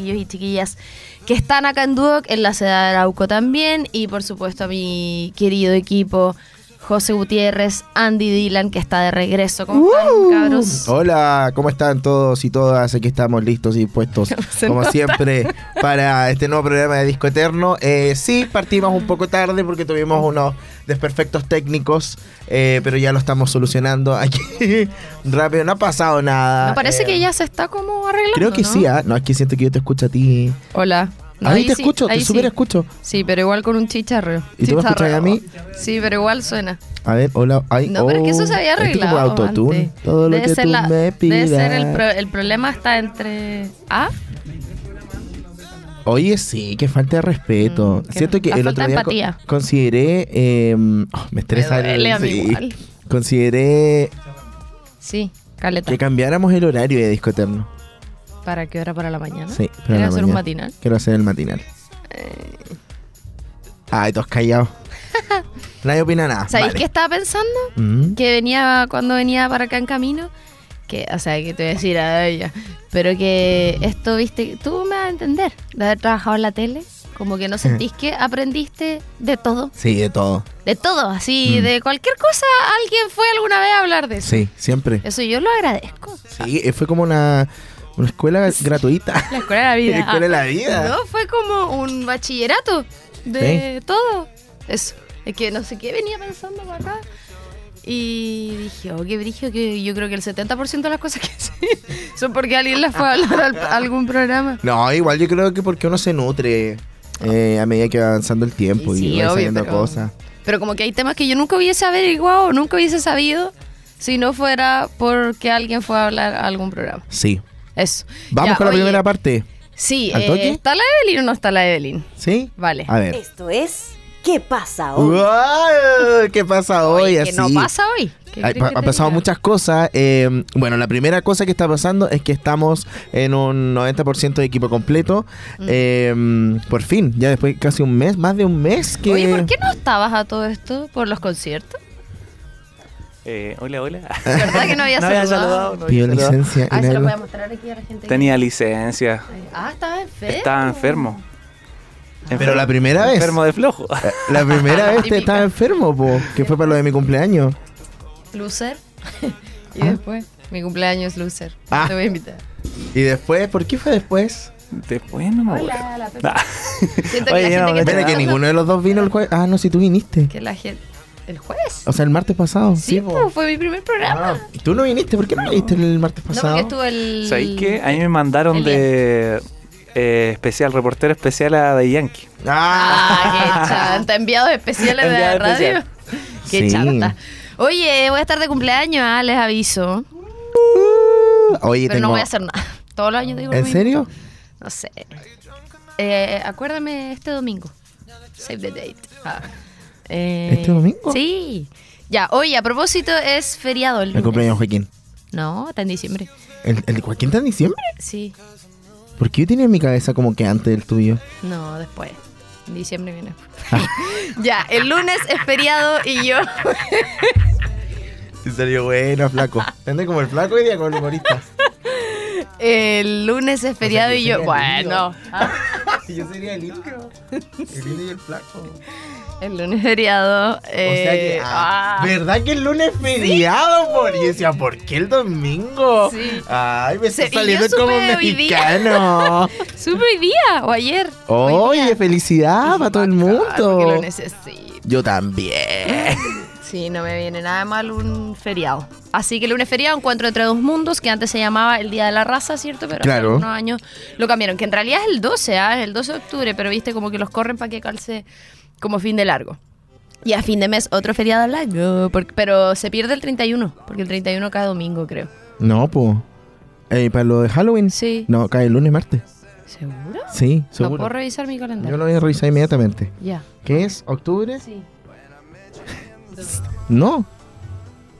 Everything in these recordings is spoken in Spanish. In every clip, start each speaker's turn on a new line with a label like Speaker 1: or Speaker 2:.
Speaker 1: chiquillos y chiquillas que están acá en Duoc, en la ciudad de Arauco también, y por supuesto a mi querido equipo. José Gutiérrez, Andy Dylan, que está de regreso. ¿Cómo están, cabros?
Speaker 2: Hola, ¿cómo están todos y todas? Aquí estamos listos y puestos,
Speaker 1: Se
Speaker 2: como
Speaker 1: nota.
Speaker 2: siempre, para este nuevo programa de Disco Eterno. Eh, sí, partimos un poco tarde porque tuvimos unos desperfectos técnicos, eh, pero ya lo estamos solucionando aquí rápido. No ha pasado nada.
Speaker 1: Me parece
Speaker 2: eh,
Speaker 1: que ya se está como arreglando.
Speaker 2: Creo que
Speaker 1: ¿no?
Speaker 2: sí, ¿ah? No, es que siento que yo te escucho a ti.
Speaker 1: Hola.
Speaker 2: a mí
Speaker 1: Ahí
Speaker 2: te
Speaker 1: sí,
Speaker 2: escucho, te
Speaker 1: ahí
Speaker 2: súper
Speaker 1: sí.
Speaker 2: escucho.
Speaker 1: Sí, pero igual con un chicharro.
Speaker 2: ¿Y tú me escuchas
Speaker 1: Chicharreo.
Speaker 2: a mí?
Speaker 1: Sí, pero igual suena.
Speaker 2: A ver, hola. ay,
Speaker 1: No, pero es que eso se había
Speaker 2: oh, esto como
Speaker 1: arreglado.
Speaker 2: autotune,
Speaker 1: antes.
Speaker 2: todo lo
Speaker 1: debe
Speaker 2: que
Speaker 1: ser
Speaker 2: tú
Speaker 1: la-
Speaker 2: me
Speaker 1: Debe ser el,
Speaker 2: pidas.
Speaker 1: pro- el problema está entre. ¿Ah?
Speaker 2: Oye, sí, que falta de respeto.
Speaker 1: Mm, que
Speaker 2: Siento que
Speaker 1: la
Speaker 2: el
Speaker 1: falta
Speaker 2: otro
Speaker 1: de
Speaker 2: día co-
Speaker 1: empatía.
Speaker 2: consideré. eh, oh, me estresa
Speaker 1: Me duele
Speaker 2: el-
Speaker 1: a mí
Speaker 2: sí.
Speaker 1: igual.
Speaker 2: Consideré
Speaker 1: Sí, caleta.
Speaker 2: que cambiáramos el horario de disco eterno.
Speaker 1: ¿Para qué hora? ¿Para la mañana?
Speaker 2: Sí, pero en
Speaker 1: ¿Quieres
Speaker 2: la
Speaker 1: hacer un
Speaker 2: mañana.
Speaker 1: matinal? Eh.
Speaker 2: Quiero hacer el matinal. Ay, todos callados. Nadie opina nada.
Speaker 1: ¿Sabéis
Speaker 2: vale.
Speaker 1: qué estaba pensando?
Speaker 2: Mm.
Speaker 1: Que venía cuando venía para acá en camino. Que, o sea, que te voy a decir a ella. Pero que esto, viste, tú me vas a entender. De haber trabajado en la tele. Como que no sentís que aprendiste de todo.
Speaker 2: Sí, de todo.
Speaker 1: De todo, así,
Speaker 2: Mm.
Speaker 1: de cualquier cosa. Alguien fue alguna vez a hablar de eso.
Speaker 2: Sí, siempre.
Speaker 1: Eso yo lo agradezco.
Speaker 2: Sí, eh, fue como una, una escuela gratuita.
Speaker 1: La escuela de la vida.
Speaker 2: La escuela de la vida.
Speaker 1: No, fue como un bachillerato de todo. Eso. Es que no sé qué venía pensando por acá. Y dije, oh, qué brillo, que yo creo que el 70% de las cosas que sí son porque alguien las fue a hablar al- a algún programa.
Speaker 2: No, igual yo creo que porque uno se nutre eh, a medida que va avanzando el tiempo y,
Speaker 1: Sí,
Speaker 2: va
Speaker 1: obvio,
Speaker 2: saliendo
Speaker 1: pero-
Speaker 2: cosas.
Speaker 1: Pero como que hay temas que yo nunca hubiese averiguado, nunca hubiese sabido si no fuera porque alguien fue a hablar a algún programa.
Speaker 2: Sí.
Speaker 1: Eso.
Speaker 2: Vamos
Speaker 1: Ya,
Speaker 2: con la
Speaker 1: oye,
Speaker 2: primera parte.
Speaker 1: Sí,
Speaker 2: ¿Al
Speaker 1: eh,
Speaker 2: toque? Ah,
Speaker 1: ¿está la Evelyn o no está la Evelyn?
Speaker 2: ¿Sí?
Speaker 1: Vale.
Speaker 2: A ver.
Speaker 3: Esto es ¿Qué pasa hoy?
Speaker 2: ¡Guau! ¿Qué pasa hoy?
Speaker 1: Oye, que
Speaker 2: así.
Speaker 1: no pasa hoy. ¿Qué
Speaker 2: Ha,
Speaker 1: crees que
Speaker 2: ha
Speaker 1: te
Speaker 2: pasado
Speaker 1: diga?
Speaker 2: muchas cosas. eh, bueno, la primera cosa que está pasando es que estamos en un 90% de equipo completo.
Speaker 1: Mm.
Speaker 2: eh, por fin, ya después de casi un mes, más de un mes que...
Speaker 1: Oye, ¿por qué no estabas a todo esto por los conciertos?
Speaker 4: Eh, hola, hola.
Speaker 1: ¿Verdad que no había saludado?
Speaker 4: no había
Speaker 2: Pidió
Speaker 4: saludado.
Speaker 2: licencia. y
Speaker 1: Ah, se
Speaker 2: nadie
Speaker 1: lo
Speaker 2: lo-
Speaker 1: voy a mostrar aquí a la gente.
Speaker 4: Tenía licencia.
Speaker 1: Ah, estaba enfermo.
Speaker 4: Estaba enfermo.
Speaker 2: Pero la primera vez.
Speaker 4: Enfermo de flojo.
Speaker 2: Eh, La primera vez te
Speaker 1: Típica.
Speaker 2: estaba enfermo, po, que fue para lo de mi cumpleaños.
Speaker 1: Loser. y
Speaker 2: Ah.
Speaker 1: después, mi cumpleaños loser.
Speaker 2: Ah.
Speaker 1: Te voy a invitar.
Speaker 2: Y después, ¿por qué fue después?
Speaker 4: Después no me acuerdo.
Speaker 1: la
Speaker 4: Nah.
Speaker 1: Siento
Speaker 4: Oye,
Speaker 1: que
Speaker 4: ya
Speaker 1: la
Speaker 4: no
Speaker 1: gente
Speaker 4: me
Speaker 1: que,
Speaker 2: Espera,
Speaker 1: está
Speaker 2: que
Speaker 4: no.
Speaker 2: ninguno de los dos vino el jueves. Ah, no, si tú viniste.
Speaker 1: que la gente... ¿El jueves?
Speaker 2: O sea, el martes pasado.
Speaker 1: Sí, po, fue mi primer programa.
Speaker 2: Oh, Ah, tú no viniste, ¿por qué no viniste el martes
Speaker 1: no,
Speaker 2: pasado?
Speaker 1: porque estuvo el...
Speaker 4: ¿Sabéis qué? A mí me mandaron de eh, especial, reportero especial a The Yankee.
Speaker 1: Ah, qué chanta. Enviados especiales de la
Speaker 4: Enviados
Speaker 1: radio. Qué
Speaker 2: Sí.
Speaker 1: chanta. Oye, voy a estar de cumpleaños, ah, les aviso.
Speaker 2: Oye,
Speaker 1: pero
Speaker 2: tengo...
Speaker 1: no voy a hacer nada. Todos los años digo lo
Speaker 2: ¿En
Speaker 1: mismo.
Speaker 2: serio?
Speaker 1: No sé. Eh, acuérdame este domingo. Save the date. Ah. Eh,
Speaker 2: ¿Este domingo?
Speaker 1: Sí. Ya, oye, a propósito, es feriado el
Speaker 2: El
Speaker 1: lunes.
Speaker 2: cumpleaños de Joaquín.
Speaker 1: No, está en diciembre.
Speaker 2: ¿El, el de Joaquín está en diciembre?
Speaker 1: Sí.
Speaker 2: ¿Por qué yo tenía en mi cabeza como que antes del tuyo?
Speaker 1: No, después. En diciembre viene. ya, el lunes es feriado y yo.
Speaker 2: Sí, salió bueno, flaco. Tende como el flaco y día con el humorista.
Speaker 1: El lunes es feriado y yo.
Speaker 2: yo sería
Speaker 1: Bueno. ah.
Speaker 2: yo sería el hilo. El hilo y el flaco.
Speaker 1: El lunes feriado.
Speaker 2: o sea que.
Speaker 1: eh,
Speaker 2: ah,
Speaker 1: ah.
Speaker 2: ¿Verdad que el lunes es feriado? Por? Y yo decía, ¿por qué el domingo?
Speaker 1: Sí.
Speaker 2: Ay, me
Speaker 1: Se-
Speaker 2: está
Speaker 1: y yo
Speaker 2: saliendo como
Speaker 1: supe hoy día.
Speaker 2: mexicano.
Speaker 1: Supe hoy día o ayer. Hoy
Speaker 2: Oye,
Speaker 1: día.
Speaker 2: felicidad para todo el
Speaker 1: Pues Bacán, porque
Speaker 2: mundo.
Speaker 1: lo necesito.
Speaker 2: Yo también.
Speaker 1: Sí, no me viene nada mal un feriado. Así que el lunes feriado, encuentro entre dos mundos, que antes se llamaba el Día de la Raza, ¿cierto? Pero hace
Speaker 2: Claro.
Speaker 1: algunos años lo cambiaron, que en realidad es el 12, ¿ah? Es el 12 de octubre, pero viste como que los corren para que calce como fin de largo. Y a fin de mes otro feriado largo, por- pero se pierde el 31, porque el 31 cada domingo, creo.
Speaker 2: No, po. Eh, para lo de Halloween.
Speaker 1: Sí.
Speaker 2: No, cae el lunes martes.
Speaker 1: ¿Seguro?
Speaker 2: Sí,
Speaker 1: No
Speaker 2: seguro.
Speaker 1: puedo revisar mi calendario.
Speaker 2: Yo lo voy a revisar inmediatamente.
Speaker 1: Ya.
Speaker 2: ¿Qué es? ¿Octubre?
Speaker 1: Sí.
Speaker 2: No.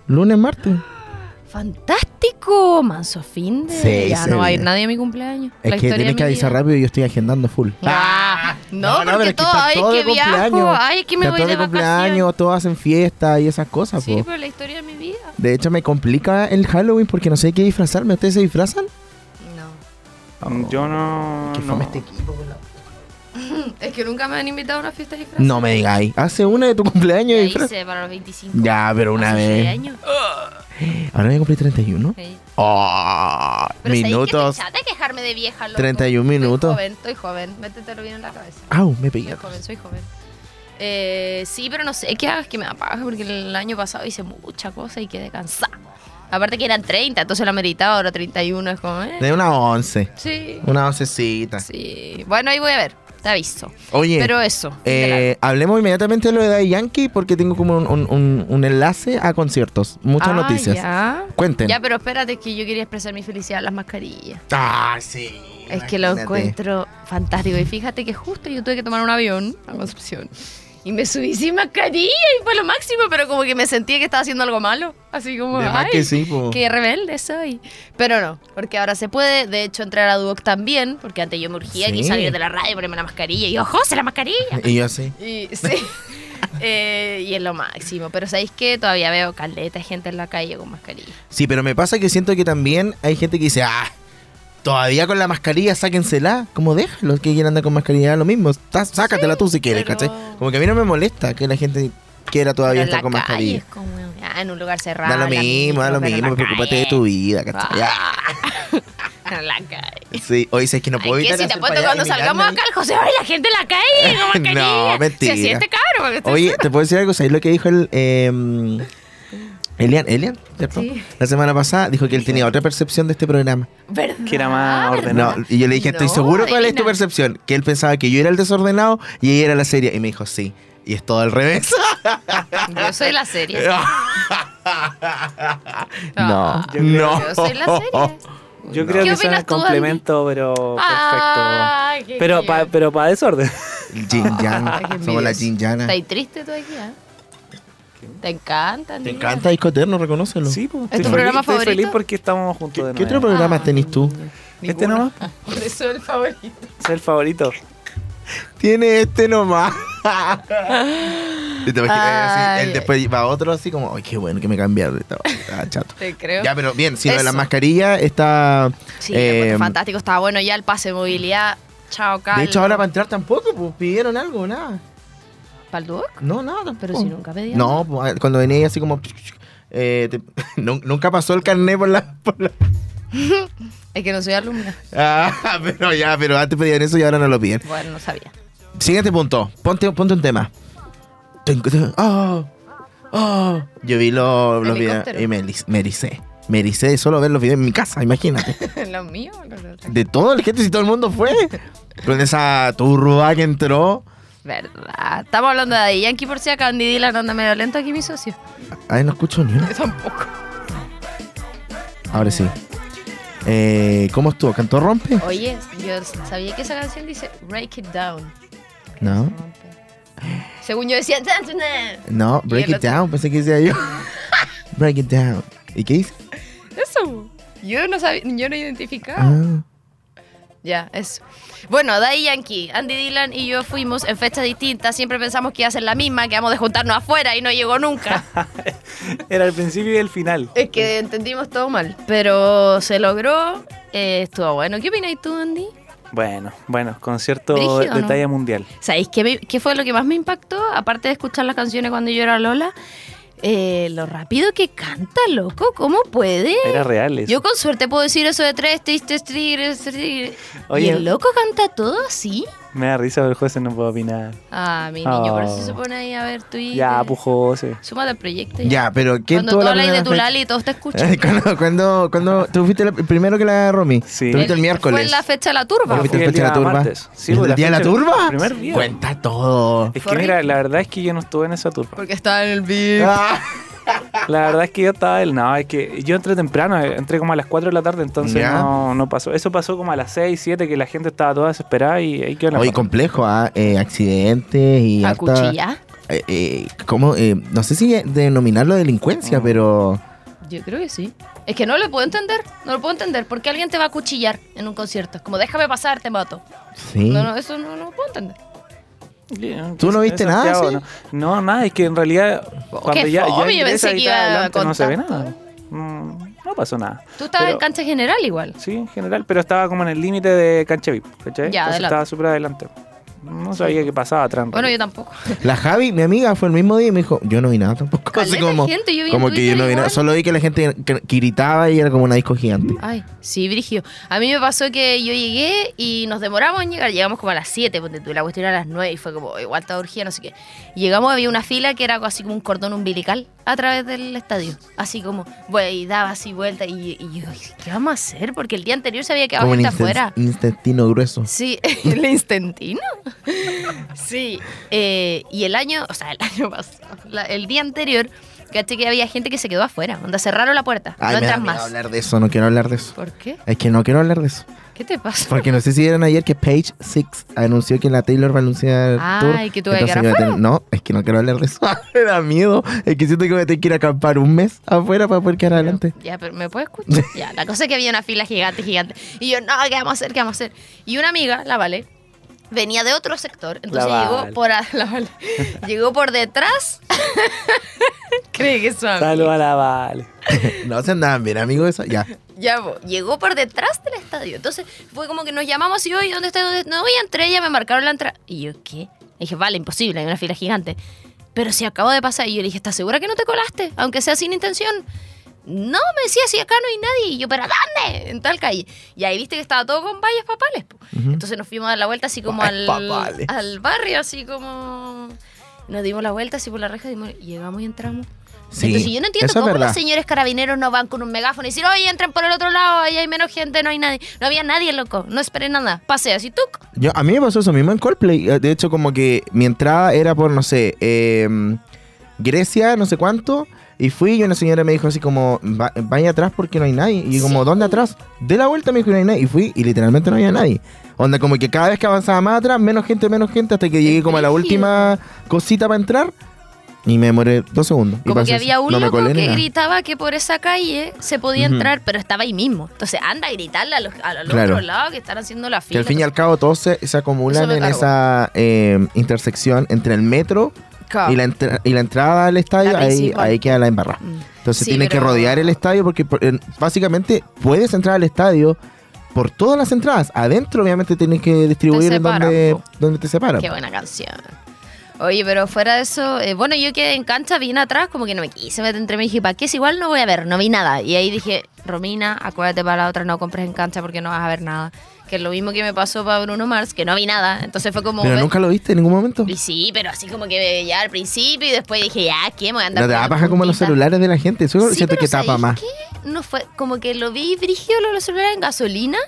Speaker 2: Lunes, martes.
Speaker 1: ¡Fantástico! Manso fin de...
Speaker 2: Sí,
Speaker 1: ya
Speaker 2: se
Speaker 1: no va a ir
Speaker 2: ve.
Speaker 1: nadie a mi cumpleaños.
Speaker 2: Es
Speaker 1: La
Speaker 2: que
Speaker 1: historia de
Speaker 2: tienes que
Speaker 1: mi
Speaker 2: avisar
Speaker 1: vida.
Speaker 2: rápido y yo estoy agendando full.
Speaker 1: Ah, no,
Speaker 2: pero
Speaker 1: porque
Speaker 2: es que
Speaker 1: todo,
Speaker 2: está
Speaker 1: ay,
Speaker 2: todo
Speaker 1: que
Speaker 2: de
Speaker 1: viajo,
Speaker 2: cumpleaños.
Speaker 1: ay, que me
Speaker 2: Está
Speaker 1: voy
Speaker 2: todo
Speaker 1: de vacaciones.
Speaker 2: cumpleaños, todos hacen fiesta y esas cosas,
Speaker 1: Sí,
Speaker 2: po.
Speaker 1: pero la historia de mi vida.
Speaker 2: De hecho, me complica el Halloween porque no sé qué disfrazarme. ¿Ustedes se disfrazan?
Speaker 1: No.
Speaker 4: Mm, Yo no.
Speaker 2: Oh. Qué
Speaker 4: no.
Speaker 2: fome este equipo, weón.
Speaker 1: Es que nunca me han invitado a una fiesta de disfraz.
Speaker 2: No me digáis. Hace una de tu cumpleaños
Speaker 1: Ya
Speaker 2: y fra-
Speaker 1: hice para los 25.
Speaker 2: Ya, pero una
Speaker 1: Hace
Speaker 2: vez.
Speaker 1: seis años.
Speaker 2: Ahora voy a cumplir 31.
Speaker 1: Sí.
Speaker 2: Oh,
Speaker 1: Pero ¿sabéis
Speaker 2: minutos.
Speaker 1: Que estoy chata de quejarme de vieja, loco.
Speaker 2: 31
Speaker 1: Soy
Speaker 2: minutos.
Speaker 1: joven, estoy joven. Métetelo bien en la cabeza.
Speaker 2: Au, me pegué.
Speaker 1: Soy joven, soy joven. Eh, sí, pero no sé qué hagas que me apaga porque el año pasado hice mucha cosa y quedé cansada. Aparte que eran 30, entonces la meritaba, ahora 31 es como, eh.
Speaker 2: De una 11.
Speaker 1: Sí.
Speaker 2: Una oncecita.
Speaker 1: Sí. Bueno, ahí voy a ver, te aviso.
Speaker 2: Oye,
Speaker 1: Pero eso. de largo.
Speaker 2: eh, hablemos inmediatamente de lo de Daddy Yankee porque tengo como un, un- un- un enlace a conciertos. Muchas
Speaker 1: Ah,
Speaker 2: noticias.
Speaker 1: Ya.
Speaker 2: Cuenten.
Speaker 1: Ya, pero espérate que yo quería expresar mi felicidad en las mascarillas.
Speaker 2: Ah, sí.
Speaker 1: Es que lo
Speaker 2: imagínate.
Speaker 1: encuentro fantástico. Y fíjate que justo yo tuve que tomar un avión a Concepción. Y me subí sin mascarilla y fue lo máximo, pero como que me sentía que estaba haciendo algo malo. Así como,
Speaker 2: De más
Speaker 1: ay,
Speaker 2: que sí, po.
Speaker 1: qué rebelde soy. Pero no, porque ahora se puede. De hecho, entrar a Duoc también, porque antes yo me urgía
Speaker 2: Sí.
Speaker 1: que salir de la radio y ponerme la mascarilla. Y yo, José, la mascarilla.
Speaker 2: Y yo así.
Speaker 1: Y sí. Eh, y es lo máximo. Pero ¿sabéis qué? Todavía veo caleta de gente en la calle con mascarilla.
Speaker 2: Sí, pero me pasa que siento que también hay gente que dice, ah, todavía con la mascarilla, sáquensela. Como déjalo, que quieran andar con mascarilla, lo mismo. Tá- sácatela tú si quieres,
Speaker 1: pero-
Speaker 2: ¿cachai? Como que a mí no me molesta que la gente quiera todavía
Speaker 1: Pero
Speaker 2: estar con
Speaker 1: en la calle
Speaker 2: mascarilla.
Speaker 1: es como, ah, en un lugar cerrado.
Speaker 2: Da lo
Speaker 1: en la
Speaker 2: mismo, da lo
Speaker 1: micro, pero en
Speaker 2: mismo,
Speaker 1: la
Speaker 2: preocúpate de
Speaker 1: calle.
Speaker 2: tu vida, ¿cachai?
Speaker 1: Ah. En la calle.
Speaker 2: Sí, hoy sé que no puedo
Speaker 1: Ay, que
Speaker 2: evitar
Speaker 1: si te
Speaker 2: hacer
Speaker 1: apuesto
Speaker 2: para allá
Speaker 1: cuando
Speaker 2: y
Speaker 1: salgamos
Speaker 2: mirarme
Speaker 1: acá, el José, ay, la gente en la calle, con mascarilla.
Speaker 2: No, mentira.
Speaker 1: Se siente cabro, porque estoy
Speaker 2: Oye,
Speaker 1: sola.
Speaker 2: ¿te puedo decir algo? ¿Sabes lo que dijo el... em, Elian, Elian, ¿cierto?
Speaker 1: Sí.
Speaker 2: La semana pasada dijo que él tenía otra percepción de este programa.
Speaker 1: ¿Verdad?
Speaker 4: Que era más
Speaker 1: ¿Verdad?
Speaker 2: No,
Speaker 4: ordenado.
Speaker 2: y yo le dije, estoy
Speaker 1: No,
Speaker 2: seguro cuál es tu
Speaker 1: Elena.
Speaker 2: percepción. Que él pensaba que yo era el desordenado y ella era la serie. Y me dijo, sí. Y es todo al revés.
Speaker 1: Yo soy la serie.
Speaker 2: no,
Speaker 1: Ah,
Speaker 4: yo
Speaker 2: no. Oh,
Speaker 1: Yo soy la serie.
Speaker 4: Yo
Speaker 2: No.
Speaker 4: creo
Speaker 1: ¿Qué
Speaker 4: que son
Speaker 1: opinas
Speaker 4: el
Speaker 1: tú, Andy?
Speaker 4: complemento, pero perfecto.
Speaker 1: Ay, qué
Speaker 4: pero
Speaker 1: bien.
Speaker 4: para
Speaker 2: Eh.
Speaker 4: pero pa desorden.
Speaker 2: Jin Yang.
Speaker 1: Ay, qué
Speaker 2: Somos la
Speaker 1: envidioso.
Speaker 2: Jin Yana.
Speaker 1: ¿Estás triste tú aquí? ah? ¿Te encanta?
Speaker 2: Te
Speaker 1: niña?
Speaker 2: encanta Disco Eterno, reconócelo.
Speaker 4: Sí, pues,
Speaker 1: ¿Es
Speaker 4: estoy
Speaker 1: tu programa
Speaker 4: estoy
Speaker 1: favorito?
Speaker 4: feliz porque estamos juntos
Speaker 2: ¿Qué,
Speaker 4: de
Speaker 2: qué otro
Speaker 4: nuevo.
Speaker 2: programa
Speaker 1: Ah.
Speaker 2: tenés tú?
Speaker 4: Este nomás
Speaker 1: Por eso es el favorito.
Speaker 4: es el favorito.
Speaker 2: Tiene este nomás. Y te imaginas eh, así,
Speaker 1: Ay,
Speaker 2: él
Speaker 1: ay.
Speaker 2: después va a otro así como, ay, qué bueno que me cambiaron. Estaba, estaba chato.
Speaker 1: Te creo.
Speaker 2: Ya, pero bien, si lo de la
Speaker 1: Eso.
Speaker 2: mascarilla está...
Speaker 1: sí,
Speaker 2: eh,
Speaker 1: bueno, fantástico. Estaba bueno ya el pase de movilidad. Chao, Carlos.
Speaker 2: de hecho, ahora para entrar tampoco, pues pidieron algo, nada.
Speaker 1: ¿Para el Duoc?
Speaker 2: No, nada.
Speaker 1: Pero
Speaker 2: tampoco.
Speaker 1: si nunca pedía.
Speaker 2: No, pues, ah, cuando venía ahí así como... eh, te- nun- nunca pasó el carnet por la... por la-
Speaker 1: Es que no soy alumna.
Speaker 2: Ah, pero ya, pero antes pedían eso y ahora no lo piden.
Speaker 1: Bueno, no sabía.
Speaker 2: Siguiente punto. Ponte, ponte un tema. Ten- ten- ah, ah. Yo vi lo- los videos
Speaker 1: Helicóptero.
Speaker 2: y me, eric- me ericé. Me ericé de solo ver los videos en mi casa, imagínate.
Speaker 1: ¿Lo mío o lo de otra?
Speaker 2: De todo el gente, si todo el mundo fue. Con esa turba que entró.
Speaker 1: Verdad. Estamos hablando de Daddy Yankee por si acá. Andy Dylan anda medio lento aquí, mi socio.
Speaker 2: Ay, no escucho ni una.
Speaker 1: Yo tampoco.
Speaker 2: Ahora sí. Eh, ¿Cómo estuvo? ¿Cantó Rompe?
Speaker 1: Oye, yo sabía que esa canción dice Break It Down.
Speaker 2: No. ¿Ah?
Speaker 1: Según yo decía, "Dun, dun, dun".
Speaker 2: No, Break
Speaker 1: Y el
Speaker 2: It
Speaker 1: otro.
Speaker 2: Down, pensé que decía yo. break It Down. ¿Y qué dice?
Speaker 1: eso. Yo no sabía, yo no identificaba.
Speaker 2: Ah.
Speaker 1: Ya, eso. Bueno, Daddy Yankee, Andy Dylan y yo fuimos en fechas distintas. Siempre pensamos que iba a ser la misma, que vamos de juntarnos afuera y no llegó nunca.
Speaker 4: Era el principio y el final.
Speaker 1: es que entendimos todo mal. Pero se logró, eh, estuvo bueno. ¿Qué opinas tú, Andy?
Speaker 4: Bueno, bueno, concierto
Speaker 1: Brígido,
Speaker 4: de
Speaker 1: ¿no?
Speaker 4: talla mundial.
Speaker 1: ¿Sabéis qué, me- qué fue lo que más me impactó? Aparte de escuchar las canciones cuando yo era Lola, eh, lo rápido que canta, loco, ¿cómo puede?
Speaker 4: Era real eso.
Speaker 1: Yo con suerte puedo decir eso de tres tristes tigres, tigres. Y
Speaker 4: Oye.
Speaker 1: el loco canta todo así.
Speaker 4: Me da risa, pero el juez no puedo opinar.
Speaker 1: Ah, mi niño, por eso
Speaker 4: Oh.
Speaker 1: se pone ahí a ver Twitter.
Speaker 4: Ya, pues José.
Speaker 1: Súmate al proyecto.
Speaker 2: Ya, pero ¿quién
Speaker 1: Cuando tú
Speaker 2: tuvo la
Speaker 1: hablas de
Speaker 2: primera
Speaker 1: tu
Speaker 2: fecha?
Speaker 1: Lali y todos te escuchan.
Speaker 2: Eh, ¿Cuándo, cuándo, cuándo- tú fuiste la- el primero que la Romy?
Speaker 4: Sí.
Speaker 2: Tú fuiste
Speaker 1: Fue
Speaker 2: el miércoles.
Speaker 1: en la fecha de la turba.
Speaker 2: ¿Tú fuiste
Speaker 4: Fui
Speaker 2: el
Speaker 4: el
Speaker 2: fecha de la
Speaker 4: día
Speaker 2: turba?
Speaker 4: martes. Sí,
Speaker 2: ¿El
Speaker 4: fue la
Speaker 2: día de la
Speaker 4: fecha-
Speaker 2: turba?
Speaker 4: el primer día.
Speaker 2: Cuenta todo.
Speaker 4: Es
Speaker 1: Fue
Speaker 4: que mira,
Speaker 1: horrible.
Speaker 4: la verdad es que yo no estuve en esa turba.
Speaker 1: Porque estaba en el VIP.
Speaker 2: Ah,
Speaker 4: La verdad es que yo estaba del no, es que yo entré temprano, eh, entré como a las 4 de la tarde, entonces
Speaker 2: Ya.
Speaker 4: no, no pasó. Eso pasó como a las 6, 7, que la gente estaba toda desesperada y ahí quedó la
Speaker 2: Oye,
Speaker 4: cosa.
Speaker 2: complejo, ¿ah? Eh, accidentes y
Speaker 1: A
Speaker 2: harta-
Speaker 1: cuchillar.
Speaker 2: eh, eh, ¿cómo? Eh, no sé si denominarlo delincuencia,
Speaker 4: Mm.
Speaker 2: pero...
Speaker 1: Yo creo que sí. Es que no lo puedo entender. No lo puedo entender. ¿Por qué alguien te va a cuchillar en un concierto? Es Como déjame pasar, te mato.
Speaker 2: Sí.
Speaker 1: No, no, eso no, no lo puedo entender.
Speaker 4: Bien,
Speaker 2: ¿Tú no
Speaker 4: en
Speaker 2: viste nada,
Speaker 4: Santiago, No, No, nada, es que en realidad cuando
Speaker 1: Oh, qué
Speaker 4: ya,
Speaker 1: fome,
Speaker 4: ya
Speaker 1: yo
Speaker 4: ingresa
Speaker 1: pensé
Speaker 4: y
Speaker 1: que
Speaker 4: está
Speaker 1: iba a
Speaker 4: adelante, no se ve
Speaker 1: contar
Speaker 4: nada. Mm, No pasó nada.
Speaker 1: Tú estabas
Speaker 4: Pero-
Speaker 1: en cancha general igual.
Speaker 4: Sí, en general, pero estaba como en el límite de cancha VIP, ¿cachai?
Speaker 1: Ya,
Speaker 4: Entonces
Speaker 1: adelante.
Speaker 4: estaba súper adelante. No sabía qué pasaba atrás. en
Speaker 1: Bueno, yo
Speaker 4: realidad.
Speaker 1: tampoco.
Speaker 2: La Javi, mi amiga, fue el mismo día y me dijo, yo no vi nada tampoco.
Speaker 1: Caleta
Speaker 2: Así Pues como,
Speaker 1: gente, yo vi en
Speaker 2: como que yo
Speaker 1: Twitter
Speaker 2: no vi nada.
Speaker 1: igual.
Speaker 2: Solo vi que la gente que- que gritaba y era como una disco gigante.
Speaker 1: Ay, sí, Brigio. A mí me pasó que yo llegué y nos demoramos en llegar. Llegamos como a las 7, porque la cuestión era a las 9 y fue como "Oh, igual estaba urgía, no sé qué. Llegamos, había una fila que era así como un cordón umbilical a través del estadio. Así como, bueno, y daba así vuelta. Y, y yo, dije, ¿qué vamos a hacer? Porque el día anterior se había quedado
Speaker 2: Como un
Speaker 1: gente
Speaker 2: insten-
Speaker 1: afuera.
Speaker 2: instantino grueso.
Speaker 1: Sí, el instantino. Sí, eh, y el año, o sea, el año pasado, la- el día anterior, caché que había gente que se quedó afuera, onda cerraron la puerta,
Speaker 2: Ay,
Speaker 1: no
Speaker 2: me da
Speaker 1: entras
Speaker 2: miedo
Speaker 1: más.
Speaker 2: hablar de eso, no quiero hablar de eso.
Speaker 1: ¿Por qué?
Speaker 2: Es que no quiero hablar de eso.
Speaker 1: ¿Qué te pasa?
Speaker 2: Porque no sé si vieron ayer que Page Six anunció que la Taylor va a anunciar el
Speaker 1: Ay,
Speaker 2: tour.
Speaker 1: que tú vas a
Speaker 2: Entonces
Speaker 1: quedar
Speaker 2: iba tener-
Speaker 1: afuera.
Speaker 2: No, es que no quiero hablar de eso. me da miedo. Es que siento que voy a tener que ir a acampar un mes afuera para poder quedar adelante.
Speaker 1: Ya, pero ¿me puedes escuchar? Ya, la cosa es que había una fila gigante, gigante. Y yo, no, ¿qué vamos a hacer? ¿Qué vamos a hacer? Y una amiga, la Vale, venía de otro sector, entonces
Speaker 4: La
Speaker 1: llegó
Speaker 4: Vale.
Speaker 1: por a- la Vale. llegó por detrás. Cree que es su amiga.
Speaker 4: Salud a la Vale.
Speaker 2: no se andaban bien, amigo, eso. Ya.
Speaker 1: Ya, po, llegó por detrás del estadio. Entonces fue como que nos llamamos y hoy, ¿dónde está? ¿Dónde está? No, y entré, ya me marcaron la entrada. Y yo, ¿qué? Le dije, vale, imposible, hay una fila gigante. Pero si acabo de pasar. Y yo le dije, ¿estás segura que no te colaste? Aunque sea sin intención. No, me decía, si acá no hay nadie. Y yo, ¿pero a dónde? En tal calle. Y ahí viste que estaba todo con vallas papales. po. Entonces nos fuimos a dar la vuelta así como
Speaker 2: Vallas
Speaker 1: al,
Speaker 2: papales.
Speaker 1: al barrio, así como... Nos dimos la vuelta así por la reja, dimos- llegamos y entramos.
Speaker 2: Sí,
Speaker 1: Entonces yo no entiendo
Speaker 2: eso es
Speaker 1: cómo los
Speaker 2: verdad.
Speaker 1: señores carabineros no van con un megáfono y dicen, oye, entren por el otro lado, ahí hay menos gente, no hay nadie. No había nadie, loco, no esperé nada. Pasé así, tú.
Speaker 2: Yo, a mí me pasó eso mismo en Coldplay. Eh, De hecho, como que mi entrada era por, no sé, em, Grecia, no sé cuánto. Y fui y una señora me dijo así como, "Va- vaya atrás porque no hay nadie. Y yo como, ¿dónde atrás? De la vuelta me dijo, no hay nadie. Y fui y literalmente no había nadie. Onda, como que cada vez que avanzaba más atrás, menos gente, menos gente, hasta que llegué como a la
Speaker 1: brígido.
Speaker 2: última cosita para entrar. Y me demoré dos segundos. Y
Speaker 1: Como
Speaker 2: pasé
Speaker 1: que
Speaker 2: así.
Speaker 1: había un
Speaker 2: No me
Speaker 1: loco
Speaker 2: colé ni
Speaker 1: que
Speaker 2: nada.
Speaker 1: gritaba que por esa calle se podía
Speaker 2: Ujú.
Speaker 1: entrar, pero estaba ahí mismo. Entonces anda a gritarle a los, a los
Speaker 2: Claro.
Speaker 1: otros lados que están haciendo la fila.
Speaker 2: Que al fin y al cabo todos se, se acumulan
Speaker 1: Eso me
Speaker 2: en
Speaker 1: cargo.
Speaker 2: esa em, intersección entre el metro
Speaker 1: Claro.
Speaker 2: Y la, entra- y la entrada al estadio,
Speaker 1: La
Speaker 2: ahí,
Speaker 1: principal.
Speaker 2: ahí queda la embarra.
Speaker 1: Mm.
Speaker 2: Entonces
Speaker 1: Sí,
Speaker 2: tiene que
Speaker 1: pero-
Speaker 2: rodear el estadio porque por- en- básicamente puedes entrar al estadio por todas las entradas. Adentro obviamente tienes que distribuir en
Speaker 1: separan,
Speaker 2: donde,
Speaker 1: po.
Speaker 2: donde te separan.
Speaker 1: Qué buena canción. Oye, pero fuera de eso, eh, bueno, yo quedé en cancha, vine atrás, como que no me quise meter entre mí y dije, ¿para qué es igual? No voy a ver, no vi nada. Y ahí dije, Romina, acuérdate para la otra, no compres en cancha porque no vas a ver nada. Que es lo mismo que me pasó para Bruno Mars, que no vi nada. Entonces fue como.
Speaker 2: Pero
Speaker 1: ve-
Speaker 2: nunca lo viste en ningún momento.
Speaker 1: Y sí, pero así como que ya al principio y después dije, ya, ¿qué? Me voy a andar.
Speaker 2: No te va a
Speaker 1: pegando
Speaker 2: bajar como los
Speaker 1: puntitas.
Speaker 2: celulares de la gente. Eso
Speaker 1: Sí,
Speaker 2: siento
Speaker 1: pero
Speaker 2: que tapa
Speaker 1: ¿sabéis
Speaker 2: más.
Speaker 1: qué? No fue, como que lo vi brígido lo de los celulares en gasolina.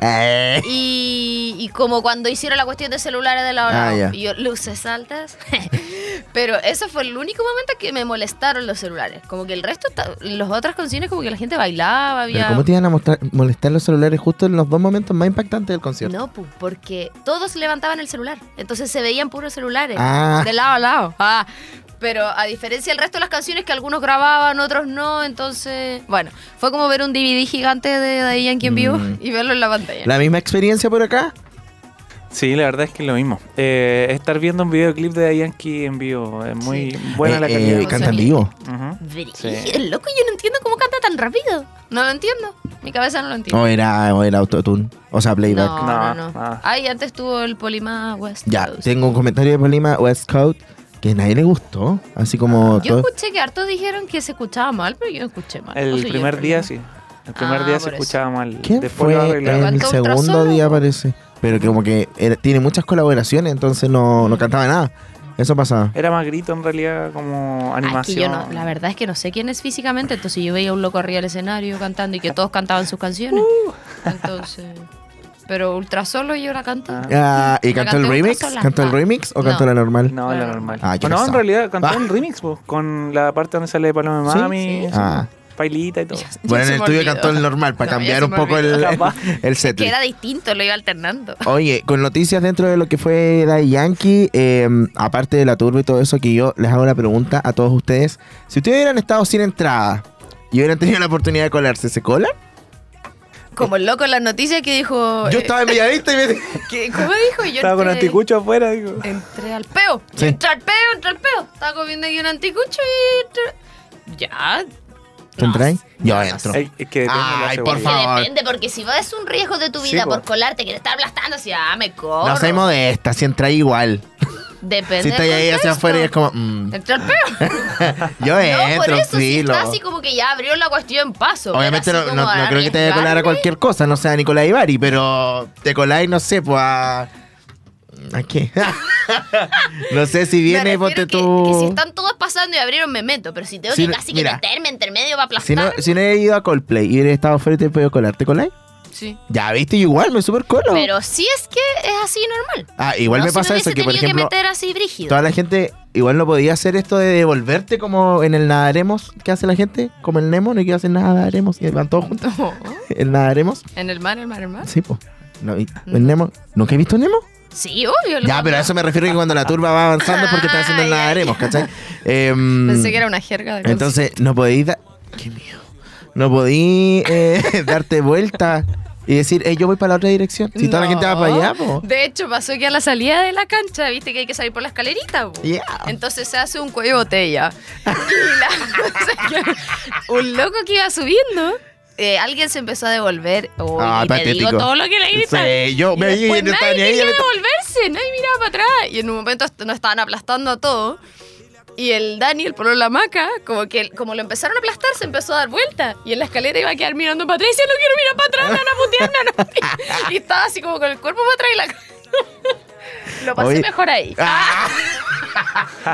Speaker 2: Eh,
Speaker 1: Y, y como cuando hicieron la cuestión de celulares de la hora.
Speaker 2: Ah, ya.
Speaker 1: Y yo, luces altas. Pero eso fue el único momento que me molestaron los celulares. Como que el resto, ta- las otras canciones, como que la gente bailaba, había.
Speaker 2: Pero ¿cómo te iban a mostrar- molestar los celulares justo en los dos momentos más impactantes del concierto?
Speaker 1: No, pu, porque todos levantaban el celular. Entonces se veían puros celulares.
Speaker 2: Ah.
Speaker 1: De lado a lado. Ah. Pero a diferencia del resto de las canciones que algunos grababan, otros no, entonces. Bueno, fue como ver un DVD gigante de Daddy Yankee en vivo
Speaker 2: Mm.
Speaker 1: y verlo en la pantalla.
Speaker 2: ¿La misma experiencia por acá?
Speaker 4: Sí, la verdad es que es lo mismo. Eh, estar viendo un videoclip de Yankee en vivo es muy buena la
Speaker 2: Eh,
Speaker 4: calidad.
Speaker 2: eh, canta en
Speaker 1: Sí.
Speaker 2: vivo.
Speaker 4: Ujú.
Speaker 1: Brígido,
Speaker 4: Sí.
Speaker 1: loco, yo no entiendo cómo canta tan rápido. No lo entiendo. Mi cabeza no lo entiende.
Speaker 2: O era, o era autotune. O sea, playback.
Speaker 1: No, no, no.
Speaker 4: No, ah. no.
Speaker 1: Ay, antes tuvo el Polima West.
Speaker 2: Ya,
Speaker 1: Coast.
Speaker 2: tengo un comentario de Polima West Coast que a nadie le gustó. Así como
Speaker 1: Ah, Yo
Speaker 2: todo.
Speaker 1: escuché que hartos dijeron que se escuchaba mal, pero yo no escuché mal. No
Speaker 4: El
Speaker 1: sé, yo
Speaker 4: primer día
Speaker 1: problema.
Speaker 4: sí. El primer
Speaker 1: Ah,
Speaker 4: día se
Speaker 1: por eso. Eh,
Speaker 4: escuchaba mal.
Speaker 2: ¿Quién
Speaker 4: Después lo
Speaker 2: fue?
Speaker 4: arreglaron.
Speaker 2: El
Speaker 1: ¿Cuánto
Speaker 2: segundo
Speaker 1: ultrasonido?
Speaker 2: día parece. Pero que como que era- tiene muchas colaboraciones, entonces no, no cantaba nada. Eso pasaba.
Speaker 4: Era más grito en realidad como
Speaker 1: Ah, es que
Speaker 4: animación.
Speaker 1: yo no, la verdad es que no sé quién es físicamente, entonces yo veía un loco arriba del escenario cantando y que todos cantaban sus canciones.
Speaker 4: Uh.
Speaker 1: Entonces. Pero Ultrasolo yo la canté.
Speaker 4: Ah.
Speaker 2: Ah, ¿Y
Speaker 1: Pero
Speaker 2: cantó el
Speaker 1: cantó
Speaker 2: remix?
Speaker 1: una sola.
Speaker 2: ¿Cantó el
Speaker 1: Ah.
Speaker 2: remix o
Speaker 1: No.
Speaker 2: cantó la normal?
Speaker 4: No,
Speaker 1: Claro.
Speaker 4: lo normal.
Speaker 2: Ah, qué
Speaker 4: O no, en
Speaker 2: pesado.
Speaker 4: realidad cantó
Speaker 2: Ah.
Speaker 4: un remix po, con la parte donde sale Paloma
Speaker 2: ¿Sí?
Speaker 4: Mami,
Speaker 1: Sí.
Speaker 2: Ah.
Speaker 4: Pailita y todo.
Speaker 1: Ya
Speaker 2: Bueno,
Speaker 1: se
Speaker 2: en el
Speaker 1: me
Speaker 2: tuyo
Speaker 1: olvidó.
Speaker 2: cantó el normal para
Speaker 1: No, ya
Speaker 2: cambiar
Speaker 1: se
Speaker 2: un
Speaker 1: me
Speaker 2: poco el, este.
Speaker 4: Capaz.
Speaker 2: el set.
Speaker 1: Que era distinto, lo iba alternando.
Speaker 2: Oye, con noticias dentro de lo que fue Daddy Yankee, eh, aparte de la turba y todo eso, que yo les hago la pregunta a todos ustedes. Si ustedes hubieran estado sin entrada y hubieran tenido la oportunidad de colarse, ¿se colan?
Speaker 1: Como el loco en las noticias que dijo.
Speaker 2: Yo
Speaker 1: eh,
Speaker 2: estaba en Bellavista y me...
Speaker 1: ¿qué- ¿Cómo dijo? Yo
Speaker 4: Estaba con
Speaker 1: entré-
Speaker 4: anticucho afuera, digo.
Speaker 1: Entré al peo.
Speaker 2: Sí.
Speaker 1: Entré al peo, entré al peo. Estaba comiendo aquí un anticucho y. entré- Ya.
Speaker 2: ¿Tú entráis? Yo entro.
Speaker 4: Ay, es que depende de la
Speaker 2: Ay, por
Speaker 4: seguridad.
Speaker 2: favor.
Speaker 1: Depende, porque si vos es un riesgo de tu
Speaker 4: Sí,
Speaker 1: vida
Speaker 4: po.
Speaker 1: por colarte, que te está aplastando, si ah, me corro.
Speaker 2: No soy modesta, si entráis igual.
Speaker 1: Depende.
Speaker 2: Si estáis
Speaker 1: del
Speaker 2: ahí
Speaker 1: contexto.
Speaker 2: hacia afuera y es como. mm,
Speaker 1: Entró el perro. No,
Speaker 2: yo
Speaker 1: por
Speaker 2: entro,
Speaker 1: eso sí
Speaker 2: filo.
Speaker 1: está así como que ya abrió la cuestión paso.
Speaker 2: Obviamente no,
Speaker 1: pero así
Speaker 2: no-
Speaker 1: como
Speaker 2: no creo que te vaya a colar a
Speaker 1: arriesgarme,
Speaker 2: cualquier cosa, no sea a Nicolás Ibarri, pero te coláis, no sé, pues a. ¿A qué? no sé si
Speaker 1: me
Speaker 2: viene,
Speaker 1: refiero
Speaker 2: ponte
Speaker 1: que-
Speaker 2: tú.
Speaker 1: Que si están todos pasando y abrieron, me meto. Pero si tengo
Speaker 2: Si
Speaker 1: que
Speaker 2: no-
Speaker 1: casi
Speaker 2: mira.
Speaker 1: que meterme entre medio para
Speaker 2: Si no,
Speaker 1: aplastar.
Speaker 2: si no he ido a Coldplay y he estado fuera y te he podido colar, ¿te coláis?
Speaker 5: Sí.
Speaker 2: Ya viste, yo igual me super colo.
Speaker 1: Pero si es que es así normal.
Speaker 2: ah, igual
Speaker 1: No,
Speaker 2: me
Speaker 1: si me
Speaker 2: pasa eso,
Speaker 1: hubiese
Speaker 2: que por
Speaker 1: tenido
Speaker 2: ejemplo,
Speaker 1: que meter así brígido.
Speaker 2: toda la gente igual no podía hacer esto de devolverte como en el nadaremos que hace la gente, como el Nemo, no hay que hacer nadaremos y van todos juntos.
Speaker 5: No.
Speaker 2: El nadaremos,
Speaker 5: En el mar, el mar, el mar.
Speaker 2: sí, pues. No, y-
Speaker 5: No.
Speaker 2: el Nemo, ¿nunca he visto un Nemo?
Speaker 1: Sí, obvio.
Speaker 2: Ya,
Speaker 1: loco.
Speaker 2: pero a eso me refiero que cuando la turba va avanzando es porque está haciendo el nadaremos, ¿cachai? Em,
Speaker 5: Pensé que era una jerga de cosas.
Speaker 2: Entonces, no podéis dar. ¡Qué miedo! No podí eh, darte vuelta y decir, eh, yo voy para la otra dirección. Si toda la
Speaker 5: No.
Speaker 2: gente va para allá, po.
Speaker 5: De hecho, pasó que a la salida de la cancha, viste que hay que salir por la escalerita. po.
Speaker 2: Yeah.
Speaker 5: Entonces se hace un cuello de botella. Y la cosa que- un loco que iba subiendo, eh, alguien se empezó a devolver. Oh,
Speaker 2: Ah,
Speaker 5: y me
Speaker 2: patético.
Speaker 5: digo todo lo que le gritan.
Speaker 2: Sí, yo
Speaker 5: Y
Speaker 2: me vi
Speaker 5: después
Speaker 2: en esta
Speaker 5: nadie
Speaker 2: niña y
Speaker 5: quería
Speaker 2: le-
Speaker 5: devolverse, nadie miraba para atrás. Y en un momento est- nos estaban aplastando a todos. Y el Dani, el polo de la maca, como que como lo empezaron a aplastar, se empezó a dar vuelta. Y en la escalera iba a quedar mirando para atrás y decía, no quiero mirar para atrás, me van a putear, me van a-". Y estaba así como con el cuerpo para atrás y la ca- Lo pasé
Speaker 2: Oye. Ah.
Speaker 5: mejor ahí.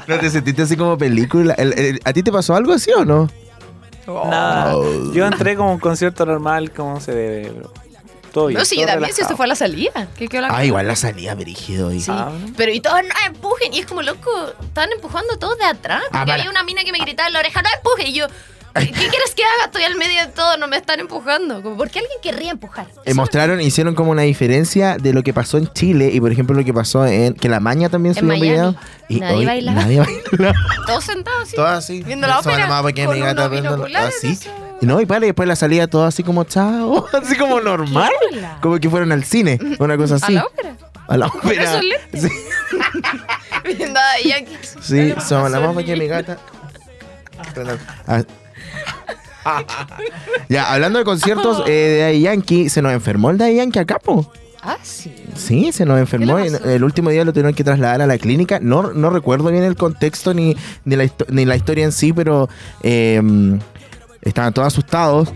Speaker 2: ¿No te sentiste así como película? El- el- ¿A ti te pasó algo así o no?
Speaker 4: Nada. Yo entré como un concierto normal, como se debe, bro. Todo bien.
Speaker 5: No, sí,
Speaker 4: todo
Speaker 5: yo también, si esto
Speaker 4: relajado.
Speaker 5: fue a la salida. ¿Qué quedó la
Speaker 2: Ah, igual la salía brígido. Y...
Speaker 5: Sí.
Speaker 4: Ah, bueno.
Speaker 1: Pero y todos no empujen. Y es como loco, estaban empujando todos de atrás. Porque
Speaker 2: Ah, para.
Speaker 1: había una mina que me gritaba en la oreja, no empujen. Y yo, ¿qué quieres que haga? Estoy al medio de todo, no me están empujando. Como, ¿Por qué alguien querría empujar?
Speaker 2: Eh, mostraron, hicieron como una diferencia de lo que pasó en Chile y, por ejemplo, lo que pasó en. Que la maña también
Speaker 1: En
Speaker 2: subió un
Speaker 1: Miami.
Speaker 2: video. Y
Speaker 1: Nadie
Speaker 2: hoy
Speaker 1: bailaba.
Speaker 2: Nadie bailaba.
Speaker 5: Todos sentados así.
Speaker 2: Todo así.
Speaker 5: Viendo la
Speaker 2: Eso,
Speaker 5: ópera,
Speaker 2: nomás porque mi
Speaker 5: con
Speaker 2: gata
Speaker 5: unos
Speaker 2: viendo-
Speaker 5: binoculares,
Speaker 2: así.
Speaker 5: eso.
Speaker 2: Y no, y para, y después la salida todo así como chao, así como normal. Como que fueron al cine, una
Speaker 5: A
Speaker 2: cosa así.
Speaker 5: la ópera.
Speaker 2: A la
Speaker 5: Con
Speaker 2: ópera.
Speaker 5: esos lentes.
Speaker 2: Sí,
Speaker 5: Viendo a Yankees.
Speaker 2: sí, somos la mamá que mi gata. Ah. ya, hablando de conciertos eh, de Daddy Yankee, se nos enfermó el Daddy Yankee acá, po.
Speaker 5: Ah, sí.
Speaker 2: Sí, se nos enfermó.
Speaker 5: ¿Qué le
Speaker 2: y
Speaker 5: pasó?
Speaker 2: El último día lo tuvieron que trasladar a la clínica. No, no recuerdo bien el contexto ni, ni, la, histo- ni la historia en sí, pero eh, estaban todos asustados.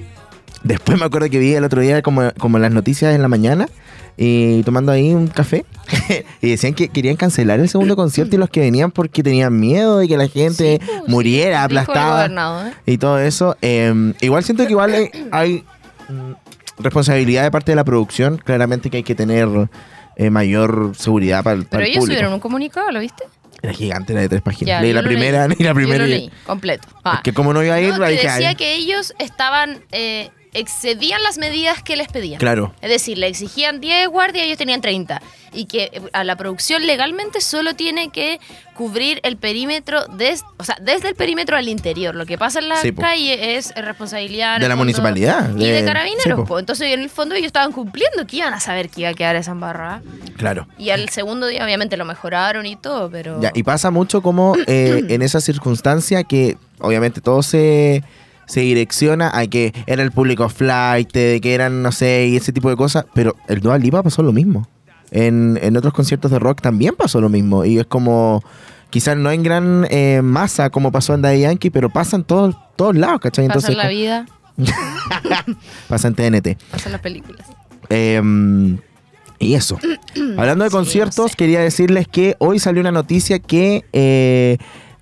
Speaker 2: Después me acuerdo que vi el otro día como, como las noticias en la mañana y tomando ahí un café y decían que querían cancelar el segundo concierto y los que venían porque tenían miedo de que la gente
Speaker 5: pues,
Speaker 2: muriera
Speaker 5: Dijo el
Speaker 2: aplastada
Speaker 5: gobernador.
Speaker 2: y todo eso. Eh, igual siento que igual hay, hay, mm, responsabilidad de parte de la producción. Claramente que hay que tener eh, mayor seguridad para el, para
Speaker 5: Pero
Speaker 2: el
Speaker 5: ellos
Speaker 2: público.
Speaker 5: subieron un comunicado, ¿lo viste?
Speaker 2: Era gigante, era de tres páginas.
Speaker 5: Ya,
Speaker 2: leí
Speaker 5: yo
Speaker 2: la
Speaker 5: lo
Speaker 2: primera,
Speaker 5: leí.
Speaker 2: leí la primera.
Speaker 5: Yo lo
Speaker 2: y-
Speaker 5: leí, completo. Ah.
Speaker 2: Que como no iba a ir,
Speaker 1: No,
Speaker 2: la
Speaker 1: que
Speaker 2: dije,
Speaker 1: decía
Speaker 2: "Ay".
Speaker 1: que ellos estaban, eh, excedían las medidas que les pedían.
Speaker 2: Claro.
Speaker 1: Es decir, le exigían 10 guardias y ellos tenían 30. Y que eh, a la producción legalmente solo tiene que cubrir el perímetro, des- o sea, desde el perímetro al interior. Lo que pasa en la
Speaker 2: Sí, po.
Speaker 1: calle es responsabilidad en
Speaker 2: De
Speaker 1: el
Speaker 2: la
Speaker 1: fondo,
Speaker 2: municipalidad,
Speaker 1: Y de,
Speaker 2: de-
Speaker 1: carabineros.
Speaker 2: sí, po.
Speaker 1: po. Entonces, en el fondo ellos estaban cumpliendo que iban a saber que iba a quedar esa embarrada.
Speaker 2: Claro.
Speaker 1: Y al segundo día, obviamente, lo mejoraron y todo, pero.
Speaker 2: Ya, y pasa mucho como eh, en esa circunstancia que obviamente todo se, se direcciona a que era el público flight, de que eran, no sé, y ese tipo de cosas, pero el Dual Lipa pasó lo mismo. En, en otros conciertos de rock también pasó lo mismo. Y es como, quizás no en gran eh, masa como pasó en Daddy Yankee, pero pasa en todos, todos lados, ¿cachai?
Speaker 5: Pasan
Speaker 2: Entonces,
Speaker 5: la vida,
Speaker 2: pasa en TNT.
Speaker 5: pasan las películas.
Speaker 2: Eh, y eso. Hablando de
Speaker 1: Sí, no
Speaker 2: conciertos,
Speaker 1: sé.
Speaker 2: quería decirles que hoy salió una noticia que eh,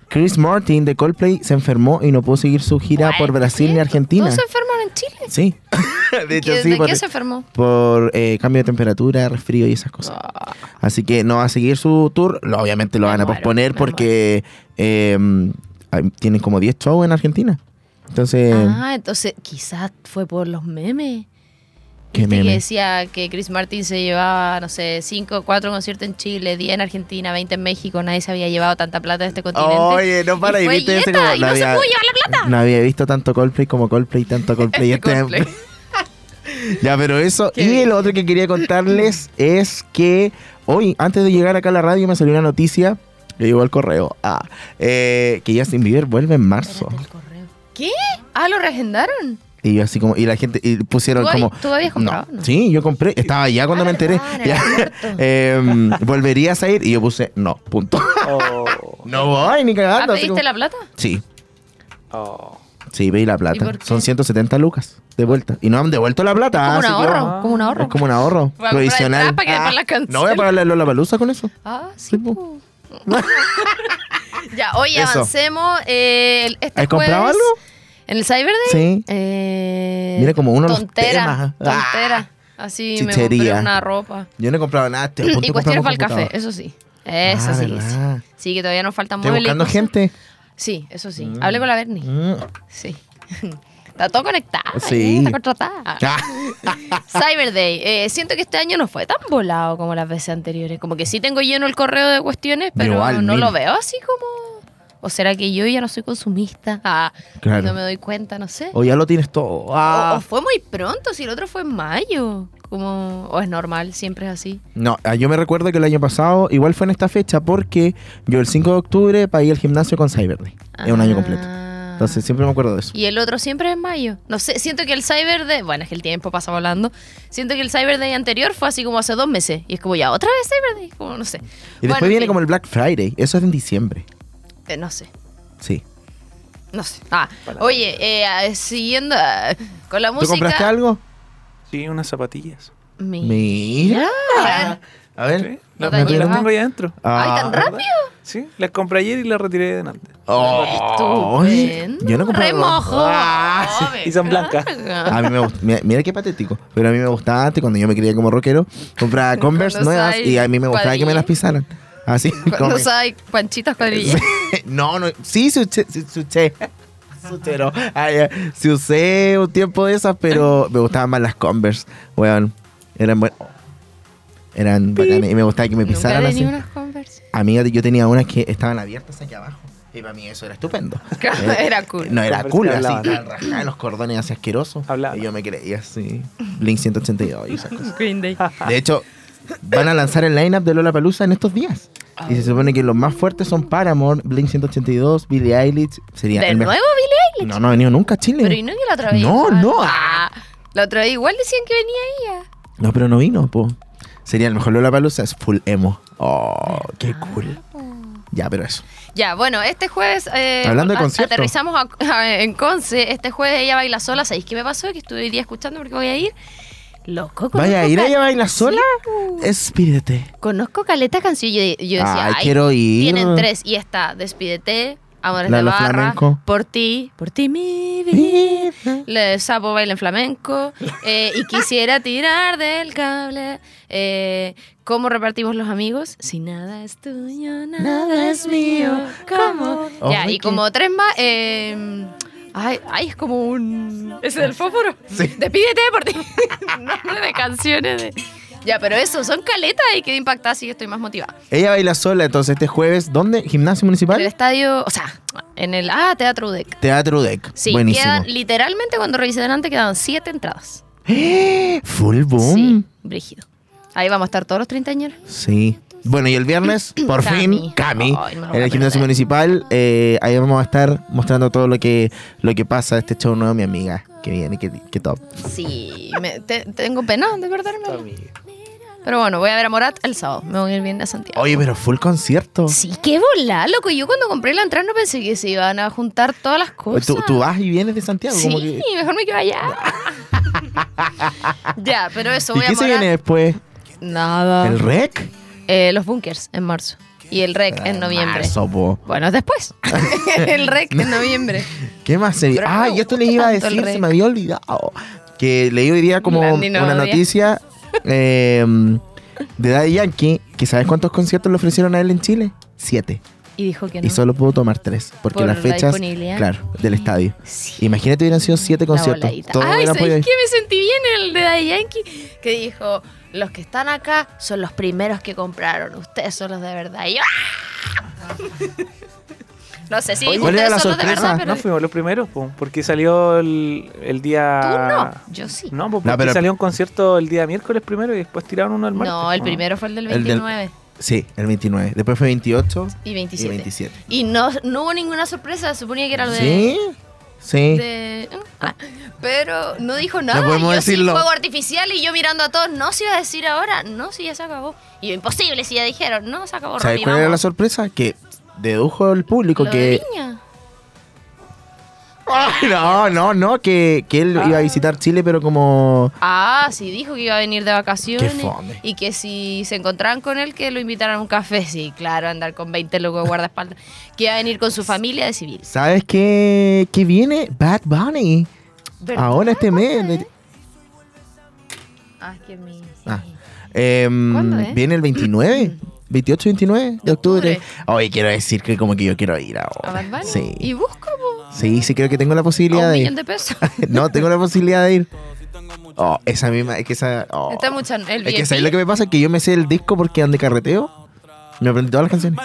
Speaker 2: Chris Martin de Coldplay se enfermó y no pudo seguir su gira por Brasil ni Argentina.
Speaker 5: ¿Todos se enferman en Chile?
Speaker 2: Sí. de hecho,
Speaker 5: ¿Qué-
Speaker 2: sí,
Speaker 5: ¿De
Speaker 2: por,
Speaker 5: qué se enfermó?
Speaker 2: por, eh, cambio de temperatura, resfrío y esas cosas. Así que no va a seguir su tour. Lo- Obviamente lo
Speaker 5: Oh. Me
Speaker 2: van a
Speaker 5: muero,
Speaker 2: posponer
Speaker 5: me
Speaker 2: porque eh, hay- tienen como 10 shows en Argentina. Entonces,
Speaker 5: Ah, entonces quizás fue por los memes.
Speaker 2: qué
Speaker 5: Viste
Speaker 2: meme.
Speaker 5: Que decía que Chris Martin se llevaba, no sé, 5 4 conciertos en Chile, 10 en Argentina, 20 en México. Nadie se había llevado tanta plata de este continente.
Speaker 2: Oye, no para,
Speaker 5: y,
Speaker 2: y
Speaker 5: fue
Speaker 2: viste ese
Speaker 5: Yeta,
Speaker 2: como
Speaker 5: y
Speaker 2: la
Speaker 5: no se
Speaker 2: había-
Speaker 5: pudo llevar la plata.
Speaker 2: No había visto tanto Coldplay como Coldplay, tanto Coldplay.
Speaker 5: Este
Speaker 2: este-
Speaker 5: Coldplay.
Speaker 2: ya, pero eso.
Speaker 5: Qué
Speaker 2: y
Speaker 5: bien.
Speaker 2: lo otro que quería contarles es que hoy, antes de llegar acá a la radio, me salió una noticia. Le llegó al correo. Ah, eh, que Justin Bieber vuelve en marzo.
Speaker 1: Espérate, el correo.
Speaker 5: ¿Qué? Ah, lo reagendaron.
Speaker 2: Y yo así como, y la gente, y pusieron
Speaker 5: ¿Tú hab-
Speaker 2: como.
Speaker 5: tú habías comprado,
Speaker 2: No.
Speaker 5: no?
Speaker 2: Sí, yo compré. Estaba allá cuando
Speaker 5: Ah,
Speaker 2: me enteré.
Speaker 5: verdad,
Speaker 2: Ya.
Speaker 5: era muerto.
Speaker 2: Em, ¿Volverías a ir? Y yo puse, no, punto.
Speaker 4: Oh,
Speaker 2: no voy, ni
Speaker 1: ¿Ah,
Speaker 2: cagando. así
Speaker 1: pediste
Speaker 2: como-
Speaker 1: la plata?
Speaker 2: Sí,
Speaker 4: oh.
Speaker 2: sí, veí la plata.
Speaker 5: por qué?
Speaker 2: Son 170 lucas de vuelta. Y no han devuelto la plata.
Speaker 5: Como un
Speaker 2: así que
Speaker 5: ahorro,
Speaker 2: vamos.
Speaker 5: como un ahorro.
Speaker 2: Es Ah, como un ahorro
Speaker 1: Para- para
Speaker 2: provisional. Ah,
Speaker 1: entrar, para que después la cancelen.
Speaker 2: no voy a pagarle a Lola Palusa con eso.
Speaker 5: Ah, sí.
Speaker 2: Sí, po.
Speaker 5: po.
Speaker 1: Ya, hoy
Speaker 2: Eso.
Speaker 1: avancemos. eh, el- este
Speaker 2: ¿Has comprado
Speaker 1: jueves,
Speaker 2: algo?
Speaker 1: ¿En el Cyber Day?
Speaker 2: Sí.
Speaker 1: Eh,
Speaker 2: Mira como uno de los
Speaker 1: Tontera,
Speaker 2: temas. ¿eh? Ah,
Speaker 1: tontera. Así me
Speaker 2: Chichería.
Speaker 1: compré una ropa.
Speaker 2: Yo no he comprado nada. Estoy a punto
Speaker 1: Y
Speaker 2: de
Speaker 1: cuestiones para
Speaker 2: comprarme
Speaker 1: el café, eso
Speaker 2: computador.
Speaker 1: sí. Eso
Speaker 2: Ah,
Speaker 1: sí.
Speaker 2: ¿verdad?
Speaker 1: sí. Sí, que todavía nos faltan
Speaker 2: Estoy
Speaker 1: muebles. y
Speaker 2: buscando
Speaker 1: cosas.
Speaker 2: gente.
Speaker 1: Sí, eso sí.
Speaker 2: Mm.
Speaker 1: Hablé con la Bernie.
Speaker 2: Mm.
Speaker 1: Sí. Está todo conectado.
Speaker 2: Sí.
Speaker 1: Sí. Está contratada.
Speaker 2: Ah.
Speaker 1: Cyber Day. Eh, siento que este año no fue tan volado como las veces anteriores. Como que sí tengo lleno el correo de cuestiones, pero
Speaker 2: Igual,
Speaker 1: no
Speaker 2: mil.
Speaker 1: lo veo así como. ¿O será que yo ya no soy consumista? Ah,
Speaker 2: Claro.
Speaker 1: No me Oh, doy cuenta, no sé.
Speaker 2: O ya lo tienes todo.
Speaker 1: O,
Speaker 2: Ah.
Speaker 1: o fue muy pronto, si el otro fue en mayo. Como, o es normal, siempre es así.
Speaker 2: No, ah, yo me recuerdo que el año pasado igual fue en esta fecha porque yo el 5 de octubre pagué al gimnasio con Cyberday. Es un año completo.
Speaker 1: Ah.
Speaker 2: Entonces siempre me acuerdo de eso.
Speaker 1: Y el otro siempre es en mayo. No sé, siento que el Cyber Day. Bueno, es que el tiempo pasa volando. Siento que el Cyber Day anterior fue así como hace dos meses. Y es como ya otra vez Cyber Day. Como no sé.
Speaker 2: Y después viene como el Black Friday. Eso es en diciembre.
Speaker 1: eh, no sé.
Speaker 2: Sí.
Speaker 1: No sé. Ah, oye, eh, ah, siguiendo ah, con la
Speaker 2: ¿Tú
Speaker 1: música.
Speaker 2: compraste algo?
Speaker 4: Sí, unas zapatillas.
Speaker 1: Mi-
Speaker 2: Mira.
Speaker 1: Ya.
Speaker 2: A
Speaker 4: Sí,
Speaker 2: ver.
Speaker 4: las,
Speaker 1: ¿No te
Speaker 4: las
Speaker 1: ayudó?
Speaker 4: tengo ya adentro.
Speaker 1: Ay, tan
Speaker 2: Ah.
Speaker 1: rápido.
Speaker 4: Sí, las compré ayer y las retiré de delante.
Speaker 2: Oh,
Speaker 1: Estupendo.
Speaker 2: Ah, yo no compré
Speaker 1: Remojo.
Speaker 2: Ah,
Speaker 4: sí. Y son blancas.
Speaker 2: A mí me gusta, mira, mira qué patético, pero a mí me gustaba antes cuando yo me quería como rockero, compraba Converse
Speaker 1: Cuando
Speaker 2: nuevas
Speaker 1: usaba
Speaker 2: y a mí me gustaba que me las pisaran. Así como-
Speaker 1: Cuando hay panchitas cuadrillas.
Speaker 2: No, no, sí, sí, usé- sí, sí, usé. Sutero. Ay, eh, sí usé un tiempo de esas, pero me gustaban más las Converse, weón. Eran buen- Eran bacanas y me gustaba que me
Speaker 1: Nunca
Speaker 2: pisaran
Speaker 1: tenía
Speaker 2: así.
Speaker 1: unas Converse.
Speaker 2: Amiga, yo tenía unas que estaban abiertas aquí abajo. Y para mí eso era estupendo.
Speaker 1: Claro, era cool.
Speaker 2: Eh, No, era
Speaker 4: Converse
Speaker 2: cool,
Speaker 4: que
Speaker 2: así.
Speaker 4: hablaban.
Speaker 2: estaban rajadas los cordones, así asqueroso.
Speaker 4: Hablaban.
Speaker 2: Y yo me creía así. Blink 182 y esas cosas.
Speaker 1: Green Day.
Speaker 2: De hecho, van a lanzar el lineup de Lola Palusa en estos días. Y se supone que los más fuertes son Paramore, Blink 182, Billie Eilish. Sería
Speaker 1: ¿De
Speaker 2: el mejor-
Speaker 1: nuevo, Billie Eilish?
Speaker 2: No, no ha venido nunca a Chile.
Speaker 1: Pero y no que la otra vez.
Speaker 2: No,
Speaker 1: igual.
Speaker 2: no.
Speaker 1: Ah, la otra vez igual decían que venía ella.
Speaker 2: No, pero no vino, po. Sería el mejor Lola Palusa, es full emo. Oh, qué cool. Ya, pero eso.
Speaker 1: Ya, bueno, este jueves. eh,
Speaker 2: Hablando de
Speaker 1: a-
Speaker 2: conciertos.
Speaker 1: Aterrizamos a- a- en Conce. Este jueves ella baila sola. ¿Sabéis qué me pasó? Que estuve hoy día escuchando porque voy a ir. Loco, conozco
Speaker 2: ¿Vaya a ir
Speaker 1: ca-
Speaker 2: ella a bailar sola? Espírate.
Speaker 1: Conozco caleta canción. Yo, yo decía,
Speaker 2: Ay,
Speaker 1: ay,
Speaker 2: quiero ir.
Speaker 1: Tienen tres. Y está Despídete, Amores de
Speaker 2: Lalo
Speaker 1: Barra,
Speaker 2: Flamenco.
Speaker 1: Por ti, por ti mi vida. Le sapo baila en flamenco. eh, y quisiera tirar del cable. eh, ¿Cómo repartimos los amigos? Si nada es tuyo, nada, es mío. ¿Cómo?
Speaker 2: Oh,
Speaker 1: ya,
Speaker 2: ay,
Speaker 1: y
Speaker 2: qué-
Speaker 1: como tres más. eh, ay, ay, es como un. ¿Ese del fósforo? Despídete por ti. Nombre de canciones. de- Ya, pero eso, son caletas y quedé impactada, así que estoy más motivada.
Speaker 2: Ella baila sola, entonces este jueves, ¿dónde? ¿Gimnasio
Speaker 1: En el
Speaker 2: municipal?
Speaker 1: estadio, o sea, en el ah, Teatro UDEC.
Speaker 2: Teatro Deck.
Speaker 1: Sí,
Speaker 2: Buenísimo.
Speaker 1: quedan- literalmente cuando revisé delante quedaban siete entradas.
Speaker 2: Full boom.
Speaker 1: Sí, brígido. Ahí vamos a estar todos los treintañeros.
Speaker 2: Sí. Bueno, y el viernes, por
Speaker 1: Cami.
Speaker 2: fin, Cami,
Speaker 1: Ay, no lo voy
Speaker 2: en
Speaker 1: a
Speaker 2: el gimnasio
Speaker 1: perder.
Speaker 2: municipal, eh, ahí vamos a estar mostrando todo lo que, lo que pasa, este show nuevo, mi amiga, que viene, que, que top.
Speaker 1: Sí, me- te- tengo pena de perderme. Pero bueno, voy a ver a Morat el sábado. Me voy a ir bien a Santiago.
Speaker 2: Oye, pero full concierto.
Speaker 1: Sí, qué volá, loco. Yo cuando compré la entrada no pensé que se iban a juntar todas las
Speaker 2: Oye,
Speaker 1: cosas.
Speaker 2: Tú, tú vas y vienes de Santiago,
Speaker 1: Sí,
Speaker 2: como que...
Speaker 1: mejor me quedo allá. ya, pero eso,
Speaker 2: ¿Y
Speaker 1: voy a
Speaker 2: qué se
Speaker 1: Morat.
Speaker 2: viene después?
Speaker 1: Nada.
Speaker 2: ¿El rec?
Speaker 1: Eh, los bunkers en marzo. Y el rec en noviembre.
Speaker 2: Ah, Marzo, po.
Speaker 1: Bueno, después. el rec en noviembre.
Speaker 2: ¿Qué más se viene?
Speaker 1: Pero no
Speaker 2: Ah,
Speaker 1: me
Speaker 2: y esto
Speaker 1: gusta
Speaker 2: les iba a
Speaker 1: tanto el
Speaker 2: decir, se
Speaker 1: rec.
Speaker 2: me había olvidado. Que leí hoy día como
Speaker 1: Landy no
Speaker 2: una
Speaker 1: odia.
Speaker 2: noticia eh, de Daddy Yankee, que ¿sabes cuántos conciertos le ofrecieron a él en Chile? Siete.
Speaker 1: Y dijo que no.
Speaker 2: Y solo pudo tomar tres, porque
Speaker 1: Por
Speaker 2: las
Speaker 1: la
Speaker 2: fechas,
Speaker 1: disponibilidad.
Speaker 2: claro, del estadio.
Speaker 1: Sí.
Speaker 2: Imagínate hubieran sido siete
Speaker 1: La
Speaker 2: conciertos.
Speaker 1: voladita.
Speaker 2: Todo
Speaker 1: Ay,
Speaker 2: era
Speaker 1: ¿sabes
Speaker 2: apoyo ahí.
Speaker 1: qué? Me sentí bien el de Daddy Yankee. Que dijo, los que están acá son los primeros que compraron. Ustedes son los de verdad. Y yo, ¡ah! no sé si
Speaker 2: Oye, ¿cuál
Speaker 1: ustedes
Speaker 2: era la
Speaker 1: son los de
Speaker 2: sorpresa?
Speaker 1: verdad, Ah, pero...
Speaker 4: Ah, No fuimos los primeros, po, porque salió el, el día.
Speaker 1: Tú no, yo sí.
Speaker 4: No, po,
Speaker 2: Ah, No,
Speaker 4: porque
Speaker 2: pero-
Speaker 4: salió un concierto el día miércoles primero y después tiraron uno el martes.
Speaker 1: No, el
Speaker 4: po.
Speaker 1: primero fue el del
Speaker 2: El del-
Speaker 1: 29
Speaker 2: Sí, el 29. Después fue 28
Speaker 1: y
Speaker 2: y
Speaker 1: 27.
Speaker 2: 27.
Speaker 1: Y no, no hubo ninguna sorpresa, suponía que era lo de...
Speaker 2: ¿Sí? Sí.
Speaker 1: de- Ah, pero no dijo nada.
Speaker 2: podemos
Speaker 1: yo
Speaker 2: decirlo.
Speaker 1: Sí, fuego artificial y yo mirando a todos, no se iba a decir ahora, no, si ya se acabó. Y yo, imposible, si ya dijeron, no, se acabó.
Speaker 2: ¿Sabes
Speaker 1: Robbie,
Speaker 2: cuál era la
Speaker 1: vamos.
Speaker 2: sorpresa? Que dedujo el público
Speaker 1: Lo
Speaker 2: que.
Speaker 1: de Viña.
Speaker 2: Ay, no, no, no, que, que él iba a visitar Chile, pero como.
Speaker 1: Ah, sí, dijo que iba a venir de vacaciones.
Speaker 2: Qué fome.
Speaker 1: Y que si se encontraban con él, que lo invitaran a un café. Sí, claro, andar con 20 locos de guardaespaldas. que iba a venir con su familia de civil.
Speaker 2: ¿Sabes qué, qué viene? Bad Bunny. Ahora este mes.
Speaker 1: Ah, que mi.
Speaker 2: Ah. Em,
Speaker 1: ¿Cuándo es?
Speaker 2: Viene el 29. 28 29 de octubre.
Speaker 1: Octubre.
Speaker 2: Hoy quiero decir que como que yo quiero ir ahora.
Speaker 1: A Bad Bunny.
Speaker 2: Sí.
Speaker 1: Y busco po,
Speaker 2: Sí, sí, creo que tengo la
Speaker 1: a
Speaker 2: posibilidad
Speaker 1: un
Speaker 2: de
Speaker 1: millón
Speaker 2: ir.
Speaker 1: de pesos.
Speaker 2: no, tengo la posibilidad de ir. Oh, esa misma, es que esa. oh.
Speaker 1: Está mucha. El
Speaker 2: Es que
Speaker 1: VIP.
Speaker 2: ¿sabes lo que me pasa? Que yo me sé el disco porque ande carreteo. Me aprendí todas las canciones.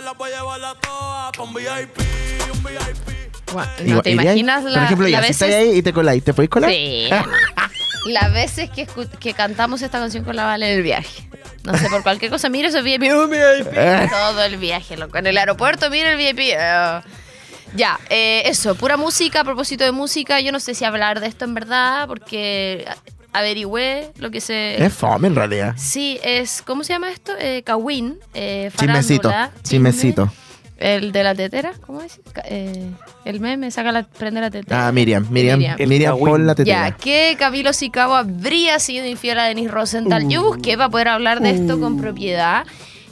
Speaker 1: Guau, No
Speaker 2: Digo,
Speaker 1: te
Speaker 2: iría ahí.
Speaker 1: imaginas la,
Speaker 2: Por ejemplo, ya,
Speaker 1: la
Speaker 2: si
Speaker 1: veces.
Speaker 2: estás ahí y te coláis, ¿te podéis colar?
Speaker 1: Sí, hermano. Las veces que, escu- que cantamos esta canción con la Vale en el viaje. No sé, por cualquier cosa. Mira esos VIP. oh, VIP. Todo el viaje, loco. En el aeropuerto, mira el VIP. oh. Ya, eh, eso. Pura música, a propósito de música. Yo no sé si hablar de esto en verdad, porque a- averigüé lo que se.
Speaker 2: Es fome en realidad.
Speaker 1: Sí, es. ¿Cómo se llama esto? Eh, Kawin. Eh,
Speaker 2: Chismecito,
Speaker 1: farándula, chisme.
Speaker 2: chismecito.
Speaker 1: El de la tetera, ¿cómo es? Ca- eh, el meme, saca la, prende la tetera.
Speaker 2: Ah, Miriam, Miriam, Miriam,
Speaker 1: Miriam.
Speaker 4: El Kawin.
Speaker 2: pon la tetera.
Speaker 1: Ya, que Camilo Sicabo habría sido infiel a Denis Rosenthal. Yo
Speaker 2: Uh.
Speaker 1: busqué para poder hablar de esto con propiedad.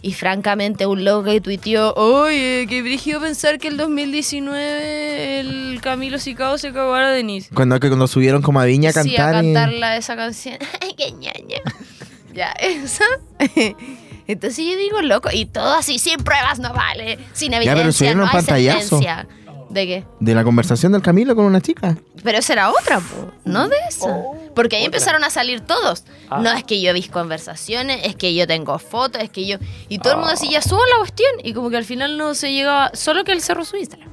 Speaker 1: Y francamente, un loco que tuiteó: Oye, que brigió pensar que el 2019 el Camilo Sicabo se cagara a Denis.
Speaker 2: Cuando, que cuando subieron como a Viña a
Speaker 1: Sí, a
Speaker 2: cantar. y-
Speaker 1: cantarla esa canción. Ay, qué ñaña. ya, eso. Entonces yo digo, loco, y todo así, sin pruebas no vale, sin
Speaker 2: pero
Speaker 1: evidencia,
Speaker 2: subieron
Speaker 1: no
Speaker 2: un
Speaker 1: hay
Speaker 2: pantallazo.
Speaker 1: sentencia. ¿De qué?
Speaker 2: De la conversación del Camilo con una chica.
Speaker 1: Pero esa era otra, po, no de esa. Porque ahí empezaron a salir todos.
Speaker 4: Ah.
Speaker 1: No es que yo vi conversaciones, es que yo tengo fotos, es que yo. Y todo el mundo así ya subo la cuestión. Y como que al final no se llegaba. Solo que él cerró su Instagram.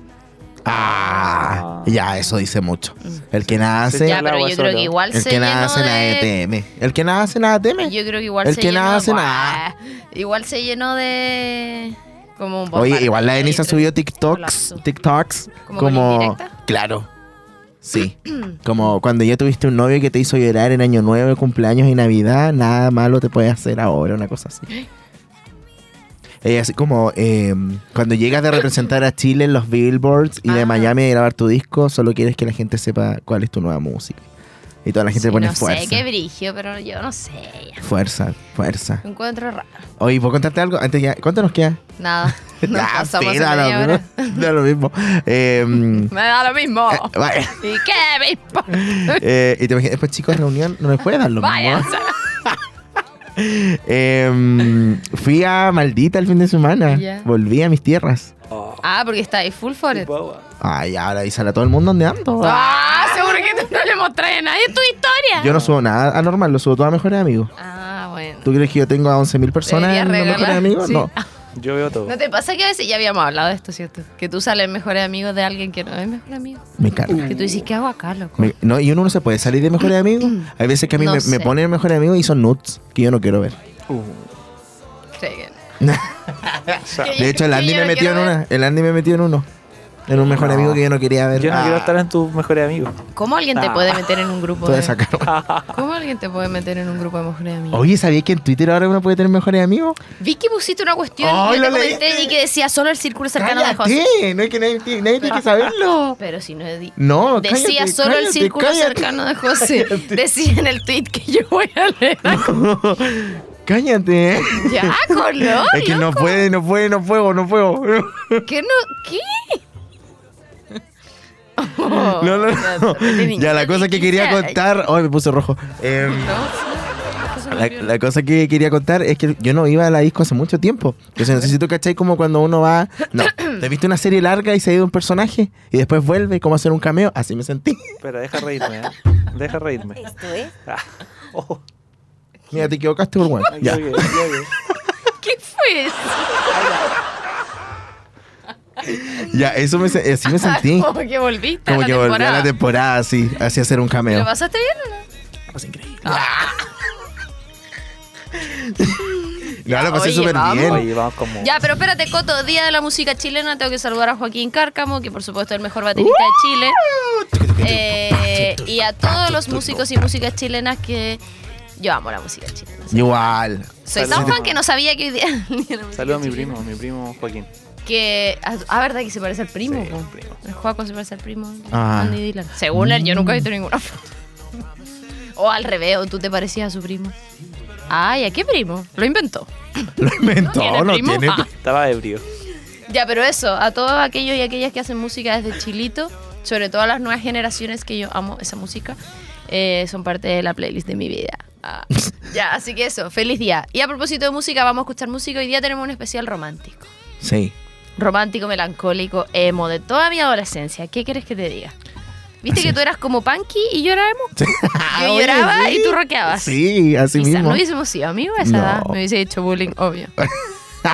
Speaker 2: Ah,
Speaker 4: Ah.
Speaker 2: ya, eso dice mucho. El que nada hace,
Speaker 4: Sí,
Speaker 1: Mm. ya, pero yo
Speaker 4: agua
Speaker 1: creo
Speaker 4: solo.
Speaker 1: que igual
Speaker 2: el
Speaker 1: se
Speaker 2: que nada
Speaker 1: llenó
Speaker 2: hace, nada
Speaker 1: de.
Speaker 2: teme. E El que nada hace, nada teme.
Speaker 1: Yo creo que igual
Speaker 2: El
Speaker 1: se
Speaker 2: que
Speaker 1: llenó.
Speaker 2: nada hace
Speaker 1: Buah,
Speaker 2: nada.
Speaker 1: Igual se llenó de. Como un
Speaker 2: Oye,
Speaker 1: bombardeo,
Speaker 2: igual la Denise ha
Speaker 1: yo creo.
Speaker 2: subido TikToks,
Speaker 1: Colapso.
Speaker 2: TikToks
Speaker 1: ¿Como con
Speaker 2: como
Speaker 1: indirecta?
Speaker 2: claro. Sí, como cuando ya tuviste un novio que te hizo llorar en año nuevo, cumpleaños y Navidad, nada malo te puede hacer ahora, una cosa así. Eh, así como eh, cuando llegas de representar a Chile en los billboards y de
Speaker 1: Ah.
Speaker 2: Miami de grabar tu disco, solo quieres que la gente sepa cuál es tu nueva música. Y toda la gente
Speaker 1: Sí,
Speaker 2: pone
Speaker 1: no
Speaker 2: fuerza.
Speaker 1: sé qué brigio, pero yo no sé. ya.
Speaker 2: Fuerza, fuerza.
Speaker 1: Lo encuentro raro.
Speaker 2: Oye, ¿puedo contarte algo? Antes ya, ¿Cuánto nos queda?
Speaker 1: Nada. Nos
Speaker 2: Ah,
Speaker 1: pasamos
Speaker 2: sí, da
Speaker 1: media
Speaker 2: lo-
Speaker 1: hora.
Speaker 2: da lo mismo. Eh,
Speaker 1: Me da lo mismo.
Speaker 2: Vaya.
Speaker 1: ¿Y qué me importa?
Speaker 2: Eh, y te imaginas, después chicos, reunión, no me puede dar lo
Speaker 1: Vaya.
Speaker 2: mismo. Em, fui a Maldita el fin de semana.
Speaker 1: Ya.
Speaker 2: Volví a mis tierras.
Speaker 1: Ah, porque está ahí full for it.
Speaker 2: Ay, ahora avisar a todo el mundo dónde ando.
Speaker 1: Ah, seguro que tú no le mostraste a nadie tu historia.
Speaker 2: Yo no subo nada anormal, lo subo todo a mejores amigos.
Speaker 1: Ah, bueno.
Speaker 2: ¿Tú crees que yo tengo a 11.000 personas
Speaker 1: Deberías
Speaker 2: en los mejores
Speaker 1: regalar,
Speaker 2: amigos?
Speaker 1: sí. Ah,
Speaker 2: No.
Speaker 4: Yo veo todo.
Speaker 1: ¿No te pasa que a veces ya habíamos hablado de esto, cierto? Que tú sales mejores amigos de alguien que no es mejor amigo.
Speaker 2: Me encanta.
Speaker 1: Que tú dices, ¿qué hago acá, loco?
Speaker 2: Me- no, y uno no se puede salir de mejores amigos. Hay veces que a mí
Speaker 1: No
Speaker 2: me, me
Speaker 1: sé.
Speaker 2: ponen mejores amigos y son nuts que yo no quiero ver.
Speaker 4: Uh,
Speaker 1: Creen.
Speaker 2: De hecho, el Andy me metió en una. El Andy me metió en uno. En un mejor
Speaker 4: No.
Speaker 2: amigo que yo no quería ver.
Speaker 4: yo no
Speaker 2: Ah,
Speaker 4: quiero estar en tus mejores amigos.
Speaker 1: ¿Cómo alguien te
Speaker 4: Ah.
Speaker 1: puede meter en un grupo
Speaker 2: toda
Speaker 1: de...
Speaker 2: esa cara.
Speaker 1: ¿Cómo alguien te puede meter en un grupo de mejores amigos?
Speaker 2: Oye, ¿sabías que en Twitter ahora uno puede tener mejores amigos?
Speaker 1: Vi que pusiste una cuestión
Speaker 2: Ay,
Speaker 1: que yo te
Speaker 2: lo
Speaker 1: comenté
Speaker 2: leíste.
Speaker 1: y que decía solo el círculo cercano de José.
Speaker 2: Cállate, No es que nadie, ti- nadie tiene que saberlo.
Speaker 1: Pero si no es... di-
Speaker 2: No,
Speaker 1: Decía
Speaker 2: cállate,
Speaker 1: solo el
Speaker 2: cállate,
Speaker 1: círculo
Speaker 2: cállate.
Speaker 1: cercano de José. Decía en el tweet que yo voy a leer.
Speaker 2: Cállate.
Speaker 1: Ya, color.
Speaker 2: es que no puede, no puede, no puedo, no puedo.
Speaker 1: ¿Qué no? ¿Qué? Oh,
Speaker 2: no, no,
Speaker 1: ya,
Speaker 2: no.
Speaker 1: tenía-
Speaker 2: Ya, la cosa que quería
Speaker 1: tenía-
Speaker 2: contar. Ay, me puse rojo. Em,
Speaker 1: Ah,
Speaker 2: la, la cosa que quería contar es que yo no iba a la disco hace mucho tiempo. Entonces necesito, ¿cachai? Como cuando uno va. No, te viste una serie larga y se ha ido un personaje y después vuelve, como a hacer un cameo. Así me sentí.
Speaker 4: Espera, deja reírme, ¿eh? Deja reírme.
Speaker 3: Esto es
Speaker 4: Ah, oh,
Speaker 2: Mira, te equivocaste, por bueno. Ya.
Speaker 4: yo llegué, yo llegué.
Speaker 1: ¿Qué fue eso?
Speaker 2: Ya, eso me, se- así me sentí.
Speaker 1: Como que volviste
Speaker 2: Como
Speaker 1: a la
Speaker 2: que volví a
Speaker 1: temporada.
Speaker 2: la temporada así, así hacer un cameo.
Speaker 1: ¿Lo pasaste bien o no?
Speaker 2: Pues increíble. Ya lo pasé
Speaker 5: oye,
Speaker 2: súper
Speaker 5: vamos.
Speaker 2: bien.
Speaker 4: Oye, vamos como.
Speaker 1: Ya, pero espérate, Coto, Día de la Música Chilena, tengo que saludar a Joaquín Cárcamo, que por supuesto es el mejor baterista de Chile. Eh, y a todos los músicos y músicas chilenas que yo amo la música chilena.
Speaker 2: Igual.
Speaker 1: Soy tan
Speaker 4: Saludos.
Speaker 1: fan que no sabía que hoy día era el día de la música
Speaker 4: Saludos a mi
Speaker 1: chilena.
Speaker 4: primo, mi primo Joaquín.
Speaker 1: Que, ah, ah, verdad que se parece al primo.
Speaker 4: Sí,
Speaker 1: po?
Speaker 4: un primo.
Speaker 1: El Joaco se parece al primo.
Speaker 2: Ah.
Speaker 1: Andy Dylan. Según él, yo nunca he visto ninguna foto. O al revés, o tú te parecías a su primo. Ay, ¿a qué primo? Lo inventó.
Speaker 2: Lo inventó,
Speaker 1: ¿Tiene
Speaker 2: no
Speaker 1: primo?
Speaker 2: tiene.
Speaker 1: Ah.
Speaker 4: Estaba ebrio.
Speaker 1: Ya, pero eso, a todos aquellos y aquellas que hacen música desde chilito, sobre todo a las nuevas generaciones que yo amo esa música, eh, son parte de la playlist de mi vida. Ah, ya, así que eso, feliz día. Y a propósito de música, vamos a escuchar música. Hoy día tenemos un especial romántico.
Speaker 2: Sí.
Speaker 1: Romántico, melancólico, emo, de toda mi adolescencia. ¿Qué quieres que te diga? Viste que tú eras como punky y yo era emo. Yo
Speaker 2: Oye,
Speaker 1: lloraba
Speaker 2: sí.
Speaker 1: y tú rockeabas.
Speaker 2: Sí, así
Speaker 1: Quizás
Speaker 2: mismo.
Speaker 1: no hubiésemos sido amigos a esa
Speaker 2: No.
Speaker 1: edad. Me hubiese hecho bullying, obvio.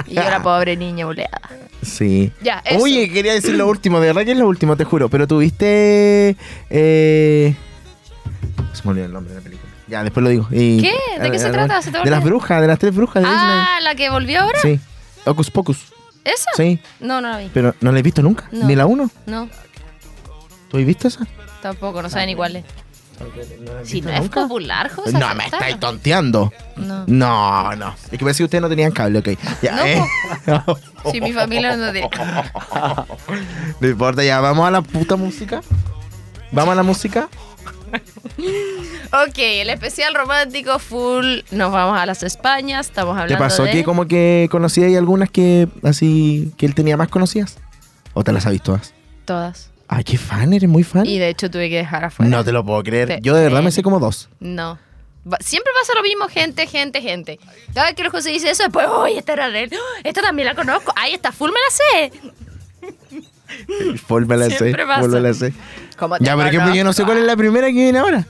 Speaker 1: Y yo era pobre niña buleada.
Speaker 2: Sí.
Speaker 1: Ya, eso.
Speaker 2: Oye, quería decir lo último, de verdad que es lo último, te juro. Pero tuviste. Eh... Se me olvidó el nombre de la película. Ya, después lo digo. Y-
Speaker 1: ¿Qué? ¿De qué se trata? ¿Se te
Speaker 2: de las
Speaker 1: olvidó?
Speaker 2: brujas, de las tres brujas de
Speaker 1: Ah, la que volvió ahora.
Speaker 2: Disney. Sí. Hocus Pocus.
Speaker 1: ¿Esa?
Speaker 2: Sí.
Speaker 1: No, no la vi.
Speaker 2: Pero no la he visto nunca.
Speaker 1: No.
Speaker 2: Ni la uno.
Speaker 1: No,
Speaker 2: ¿Tú has visto esa?
Speaker 1: tampoco, no saben iguales. Si no es
Speaker 2: nunca?
Speaker 1: popular, José.
Speaker 2: No, me
Speaker 1: acéptalo.
Speaker 2: estáis tonteando.
Speaker 1: No.
Speaker 2: No, no. Es que pensé que ustedes no tenían cable, ok. Ya,
Speaker 1: No,
Speaker 2: ¿eh?
Speaker 1: Si mi familia no tiene.
Speaker 2: No importa, ya. Vamos a la puta música. Vamos a la música.
Speaker 1: Ok, el especial romántico full. Nos vamos a las Españas. Estamos hablando
Speaker 2: ¿Te pasó
Speaker 1: de...
Speaker 2: que como que conocías y algunas que así que él tenía más conocidas? ¿O te las has visto todas?
Speaker 1: Todas.
Speaker 2: Ay, qué fan, eres muy fan.
Speaker 1: Y de hecho tuve que dejar afuera.
Speaker 2: No te lo puedo creer.
Speaker 1: Te-
Speaker 2: Yo de verdad me sé como dos.
Speaker 1: No. Va- Siempre pasa lo mismo, gente, gente, gente. Cada vez que el José dice eso, después, ¡Uy, esta era de él! ¡Oh, Esta también la conozco. ¡Ay, esta full me la sé!
Speaker 2: Full me la sé.
Speaker 1: Siempre pasa.
Speaker 2: full me la sé.
Speaker 1: Como
Speaker 2: Ya, por ejemplo, yo no sé cuál es la primera que viene ahora.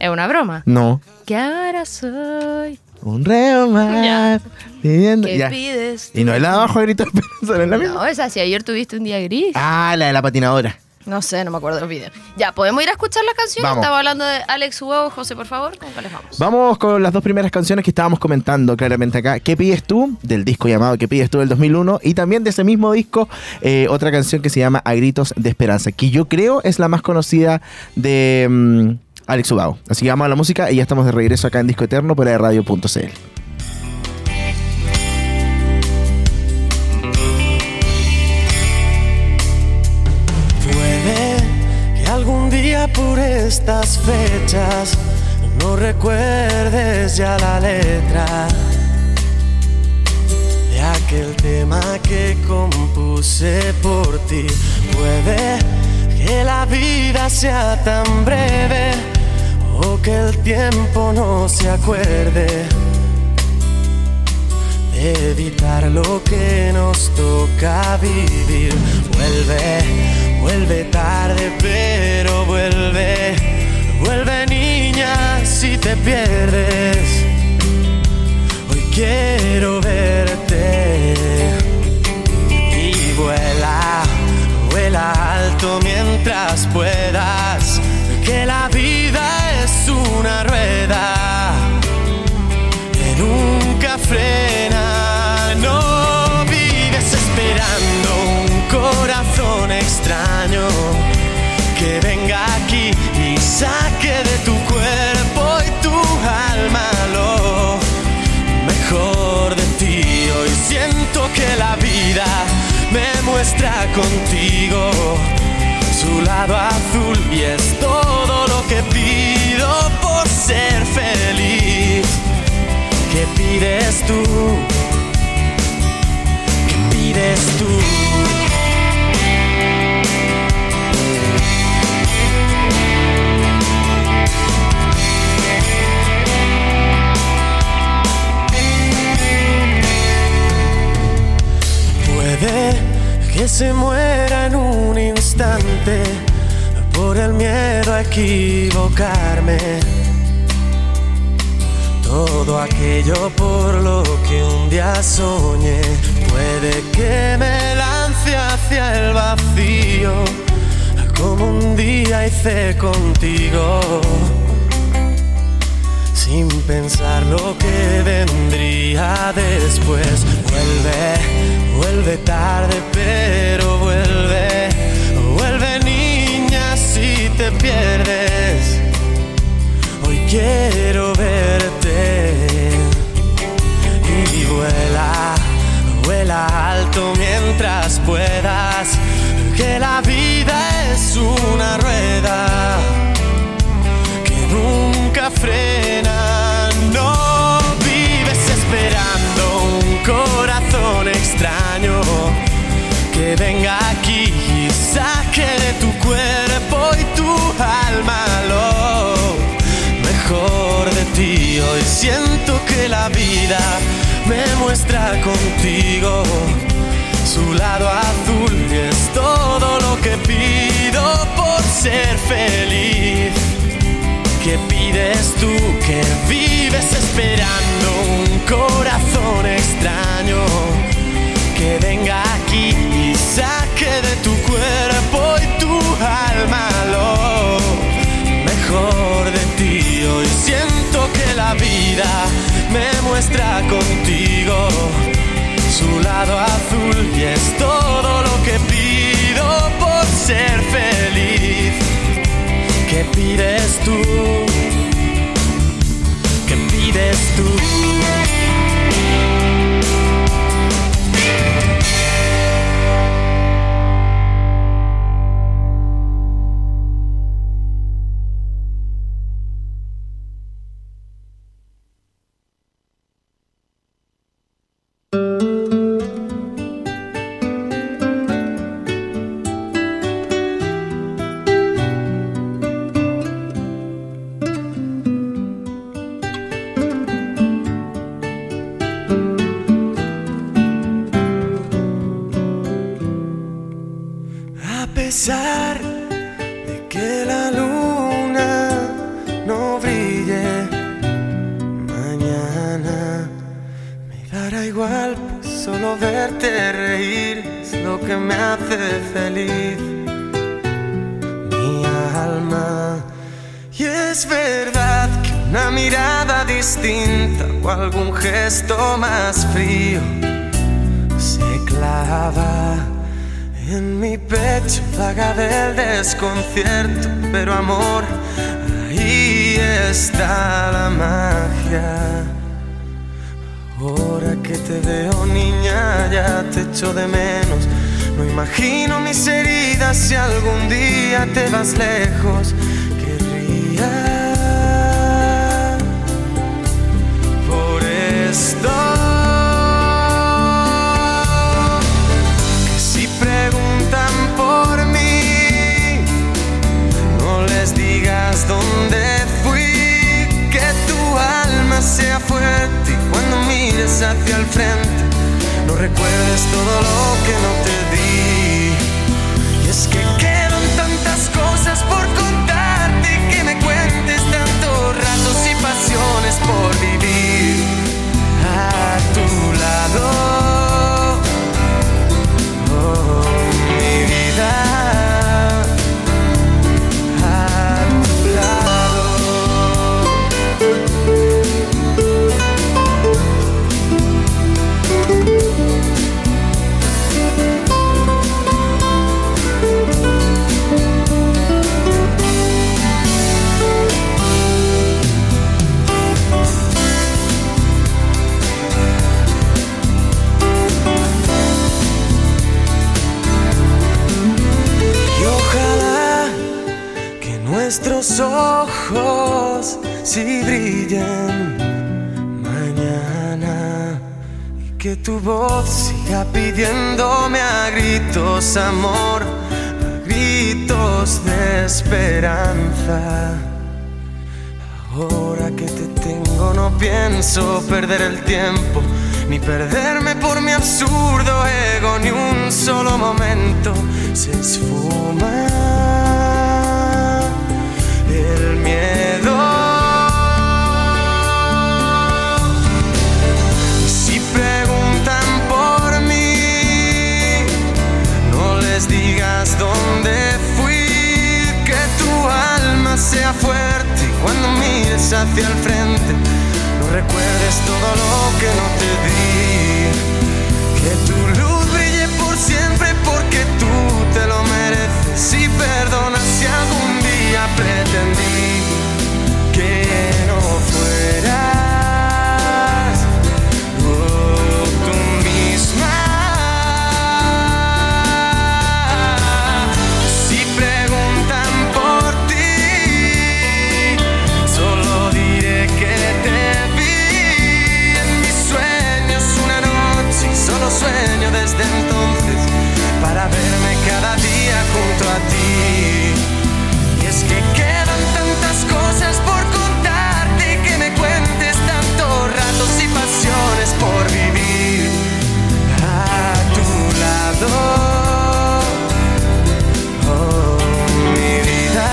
Speaker 1: Es una broma.
Speaker 2: No.
Speaker 1: Que ahora soy.
Speaker 2: Un reo más.
Speaker 1: Ya.
Speaker 2: pidiendo-
Speaker 1: ¿Qué
Speaker 2: ya.
Speaker 1: pides?
Speaker 2: Y no es la de abajo, grito de esperanza, no es la misma.
Speaker 1: No, esa si ayer tuviste un día gris.
Speaker 2: Ah, la de la patinadora.
Speaker 1: No sé, no me acuerdo del video. Ya, ¿podemos ir a escuchar las canciones?
Speaker 2: Vamos.
Speaker 1: Estaba hablando de Alex Huevo, José, por favor. ¿Con cuáles vamos?
Speaker 2: Vamos con las dos primeras canciones que estábamos comentando claramente acá. ¿Qué pides tú? Del disco llamado ¿Qué pides tú? del 2001. Y también de ese mismo disco, eh, otra canción que se llama A Gritos de Esperanza, que yo creo es la más conocida de mm, Alex Ubago. Así que vamos a la música y ya estamos de regreso acá en Disco Eterno por radio.cl.
Speaker 6: Puede que algún día por estas fechas no recuerdes ya la letra de aquel tema que compuse por ti. Puede que la vida sea tan breve o que el tiempo no se acuerde evitar lo que nos toca vivir. Vuelve, vuelve tarde, pero vuelve. Vuelve niña si te pierdes. Hoy quiero verte y vuela, vuela alto mientras puedas. Que la vida es una rueda que nunca frena. No vives esperando un corazón extraño que venga aquí y saque de tu cuerpo y tu alma lo mejor de ti. Hoy siento que la vida me muestra contigo su lado azul y es todo lo que pido por ser feliz. ¿Qué pides tú? ¿Qué pides tú? Puede que se muera en un instante por el miedo a equivocarme todo aquello por lo que un día soñé. Puede que me lance hacia el vacío, como un día hice contigo. sin pensar lo que vendría después. Vuelve, vuelve tarde, pero vuelve, vuelve niña si te pierdes. Hoy quiero verte y vuela, vuela alto mientras puedas, que la vida es una rueda que nunca frena. No vives esperando un corazón extraño que venga aquí y saque de tu cuerpo y tu alma lo mejor de ti. Hoy siento que la vida me muestra contigo su lado azul y es todo lo que pido por ser feliz. ¿Qué pides tú que vives esperando un corazón extraño? Que venga aquí y saque de tu cuerpo y tu alma lo mejor de ti. Hoy siento que la vida me muestra contigo su lado azul y es todo lo que pido por ser feliz. ¿Qué pides tú? ¿Qué pides tú? A pesar de que la luna no brille mañana, me dará igual, pues solo verte reír es lo que me hace feliz. Mi alma. Y es verdad que una mirada distinta o algún gesto más frío se clava. En mi pecho vaga del desconcierto, pero amor, ahí está la magia. Ahora que te veo niña, ya te echo de menos. No imagino mis heridas si algún día te vas lejos. Querría por esto que si preguntan por mí, no les digas dónde fui, que tu alma sea fuerte y cuando mires hacia el frente, no recuerdes todo lo que no te di. Y es que quedan tantas cosas por contarte, que me cuentes tantos ratos y pasiones por vivir a tu lado. Oh, mi vida a tu lado. Y ojalá que nuestros ojos si brillen mañana y que tu voz siga pidiéndome a gritos amor, a gritos de esperanza. Ahora que te tengo no pienso perder el tiempo, ni perderme por mi absurdo ego, ni un solo momento se esfuma el miedo. Y Si preguntan por mí, no les digas dónde fui, que tu alma sea fuerte y cuando mires hacia el frente, recuerdes todo lo que no te di. Que tu luz brille por siempre porque tú te lo mereces. Y perdona si algún día pretendí que no fueras oh, tú misma. Si preguntan por ti, solo diré que te vi en mis sueños una noche y solo sueño desde entonces para verme cada día junto a ti. Y es que quedan tantas cosas por contarte que me cuentes tantos ratos y pasiones por vivir a tu lado. Oh, mi vida,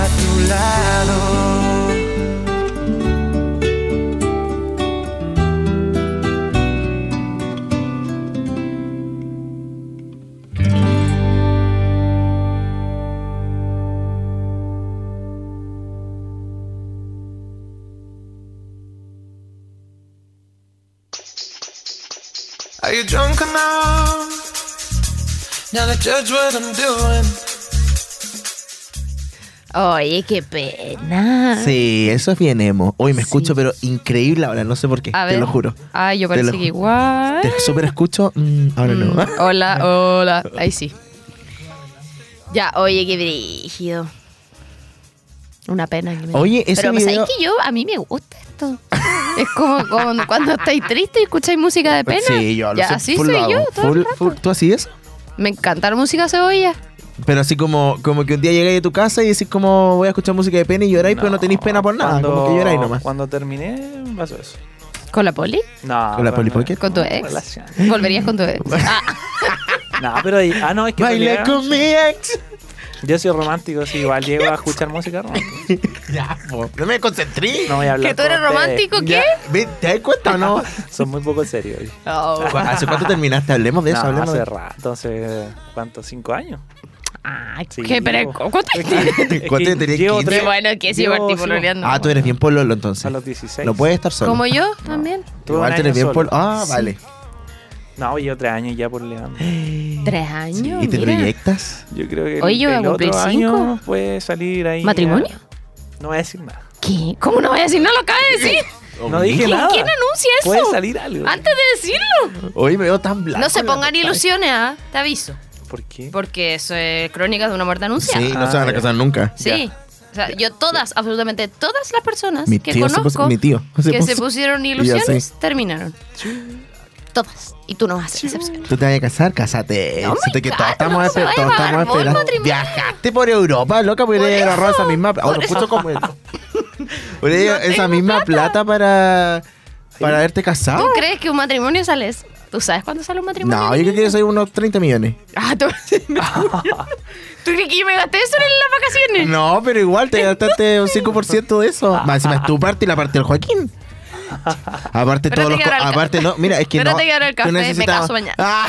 Speaker 6: a tu lado. Are you drunk enough? Now to judge what I'm doing.
Speaker 1: Oye, qué pena.
Speaker 2: Sí, eso es bien emo. Hoy me escucho, pero increíble ahora, no sé por qué,
Speaker 1: A
Speaker 2: te
Speaker 1: ver.
Speaker 2: lo juro.
Speaker 1: Ah, yo
Speaker 2: Te lo
Speaker 1: parece que
Speaker 2: ju-
Speaker 1: igual.
Speaker 2: Te super escucho, mm, ahora no.
Speaker 1: Mm, Hola, hola. Ahí sí. Ya, oye, qué brígido. Una pena que me
Speaker 2: Oye, ese
Speaker 1: Pero pues,
Speaker 2: video-
Speaker 1: ¿sabes que yo, a mí me gusta esto. Es como, como cuando estáis tristes y escucháis música de pena.
Speaker 2: Sí, yo lo
Speaker 1: ya,
Speaker 2: sé,
Speaker 1: así
Speaker 2: full
Speaker 1: soy
Speaker 2: lo hago.
Speaker 1: yo. todo el
Speaker 2: Full-
Speaker 1: rato.
Speaker 2: full- ¿Tú así es?
Speaker 1: Me encanta la música cebolla.
Speaker 2: Pero así como, como que un día llegáis a tu casa y decís como voy a escuchar música de pena y lloráis, pero no tenéis pena por nada.
Speaker 4: Cuando,
Speaker 2: Como que lloráis nomás.
Speaker 4: Cuando terminé, pasó eso.
Speaker 1: ¿Con la poli?
Speaker 4: No.
Speaker 2: ¿Con la
Speaker 4: bueno,
Speaker 2: Polly Pocket?
Speaker 1: ¿Con tu ex?
Speaker 4: relación.
Speaker 1: ¿Volverías con tu ex? Ah,
Speaker 4: No, pero ahí- ah, no, es que en
Speaker 2: Baila
Speaker 4: realidad
Speaker 2: con mi ex.
Speaker 4: yo soy romántico, sí, igual llego a escuchar música romántica.
Speaker 2: Ya, po, no me concentré.
Speaker 4: No voy a hablar.
Speaker 1: ¿Que tú eres
Speaker 4: con ustedes.
Speaker 1: romántico? ¿Qué?
Speaker 2: Ya, ve, ¿Te das cuenta o no?
Speaker 4: Son muy poco serios. hoy.
Speaker 1: Oh.
Speaker 2: ¿Cu- ¿Hace cuánto terminaste? Hablemos de eso,
Speaker 4: No,
Speaker 2: hablemos
Speaker 4: hace
Speaker 2: de
Speaker 4: rato, hace ¿cuántos? ¿Cinco años?
Speaker 1: Ay,
Speaker 4: Sí,
Speaker 1: qué
Speaker 4: po.
Speaker 1: preco. ¿Cuánto
Speaker 4: Es que- es que
Speaker 2: ¿Cuánto tenía
Speaker 4: llevo
Speaker 2: 15?
Speaker 4: tres-
Speaker 1: Bueno, que sí,
Speaker 4: llevo-
Speaker 1: Martín,
Speaker 4: sí,
Speaker 1: pololeando.
Speaker 2: Ah, tú eres bien pololo entonces.
Speaker 4: A los 16.
Speaker 2: No puedes estar solo.
Speaker 1: Como yo también.
Speaker 4: Tuve
Speaker 2: Igual
Speaker 4: un
Speaker 2: tú eres
Speaker 4: año
Speaker 2: bien
Speaker 4: solo.
Speaker 2: pololo. Ah, vale.
Speaker 4: No, yo tres años ya por Leandro.
Speaker 1: Tres años.
Speaker 2: ¿Y te
Speaker 1: mira.
Speaker 2: proyectas?
Speaker 4: Yo creo que el,
Speaker 1: Oye, yo voy a
Speaker 4: el otro
Speaker 1: cumplir
Speaker 4: año
Speaker 1: cinco.
Speaker 4: puede salir ahí.
Speaker 1: ¿Matrimonio?
Speaker 4: a- no voy a decir nada.
Speaker 1: ¿Qué? ¿Cómo no voy a decir? No lo acabas de decir.
Speaker 4: No dije
Speaker 1: ¿Quién,
Speaker 4: nada.
Speaker 1: quién anuncia eso?
Speaker 4: Puede salir algo.
Speaker 1: Antes de decirlo.
Speaker 2: Hoy me veo tan blanco.
Speaker 1: No se
Speaker 2: en la
Speaker 1: pongan
Speaker 2: pantalla.
Speaker 1: ilusiones, ¿ah? Te aviso.
Speaker 4: ¿Por qué?
Speaker 1: Porque eso es crónicas de una muerte anunciada.
Speaker 2: Sí,
Speaker 1: Sí.
Speaker 2: no se van a
Speaker 4: Ah,
Speaker 2: casar nunca.
Speaker 1: O sea, yo todas, absolutamente todas las personas
Speaker 2: Mi
Speaker 1: que
Speaker 2: tío se
Speaker 1: conozco
Speaker 2: puso- mi tío se
Speaker 1: que se
Speaker 2: puso-
Speaker 1: pusieron
Speaker 2: Y yo
Speaker 1: ilusiones
Speaker 2: sí.
Speaker 1: terminaron. Todas. Y tú no vas a ser excepción.
Speaker 2: Tú te vas a casar, cásate.
Speaker 1: No,
Speaker 2: Siento
Speaker 1: my
Speaker 2: que
Speaker 1: God,
Speaker 2: todos estamos,
Speaker 1: no
Speaker 2: esper-
Speaker 1: se va a
Speaker 2: todos estamos
Speaker 1: llevar, voy al
Speaker 2: esperando.
Speaker 1: matrimonio.
Speaker 2: Viajaste por Europa, loca, por ir a
Speaker 1: Por
Speaker 2: ahorrar esa
Speaker 1: eso,
Speaker 2: misma plata. Ahora
Speaker 1: por
Speaker 2: escucho
Speaker 1: eso.
Speaker 2: como eso. Por ir a-
Speaker 1: No
Speaker 2: esa
Speaker 1: tengo
Speaker 2: misma plata, para, para haberte
Speaker 1: ¿Tú
Speaker 2: casado.
Speaker 1: crees que un matrimonio sale eso? ¿Tú sabes cuándo sale un matrimonio?
Speaker 2: Ah. No, yo creo que soy unos 30 millones.
Speaker 1: Ah, ¿tú... ¿Tú crees que yo me gasté eso en las vacaciones?
Speaker 2: No, pero igual te gastaste un 5% de eso. Más encima es tu parte y la parte del Joaquín. Aparte
Speaker 1: Espérate
Speaker 2: todos los...
Speaker 1: que
Speaker 2: co-
Speaker 1: ahora el ca-
Speaker 2: Aparte no, mira, es que
Speaker 1: Espérate
Speaker 2: no...
Speaker 1: que ahora el
Speaker 2: tú
Speaker 1: café, me
Speaker 2: necesitas-
Speaker 1: caso mañana.
Speaker 2: Ah,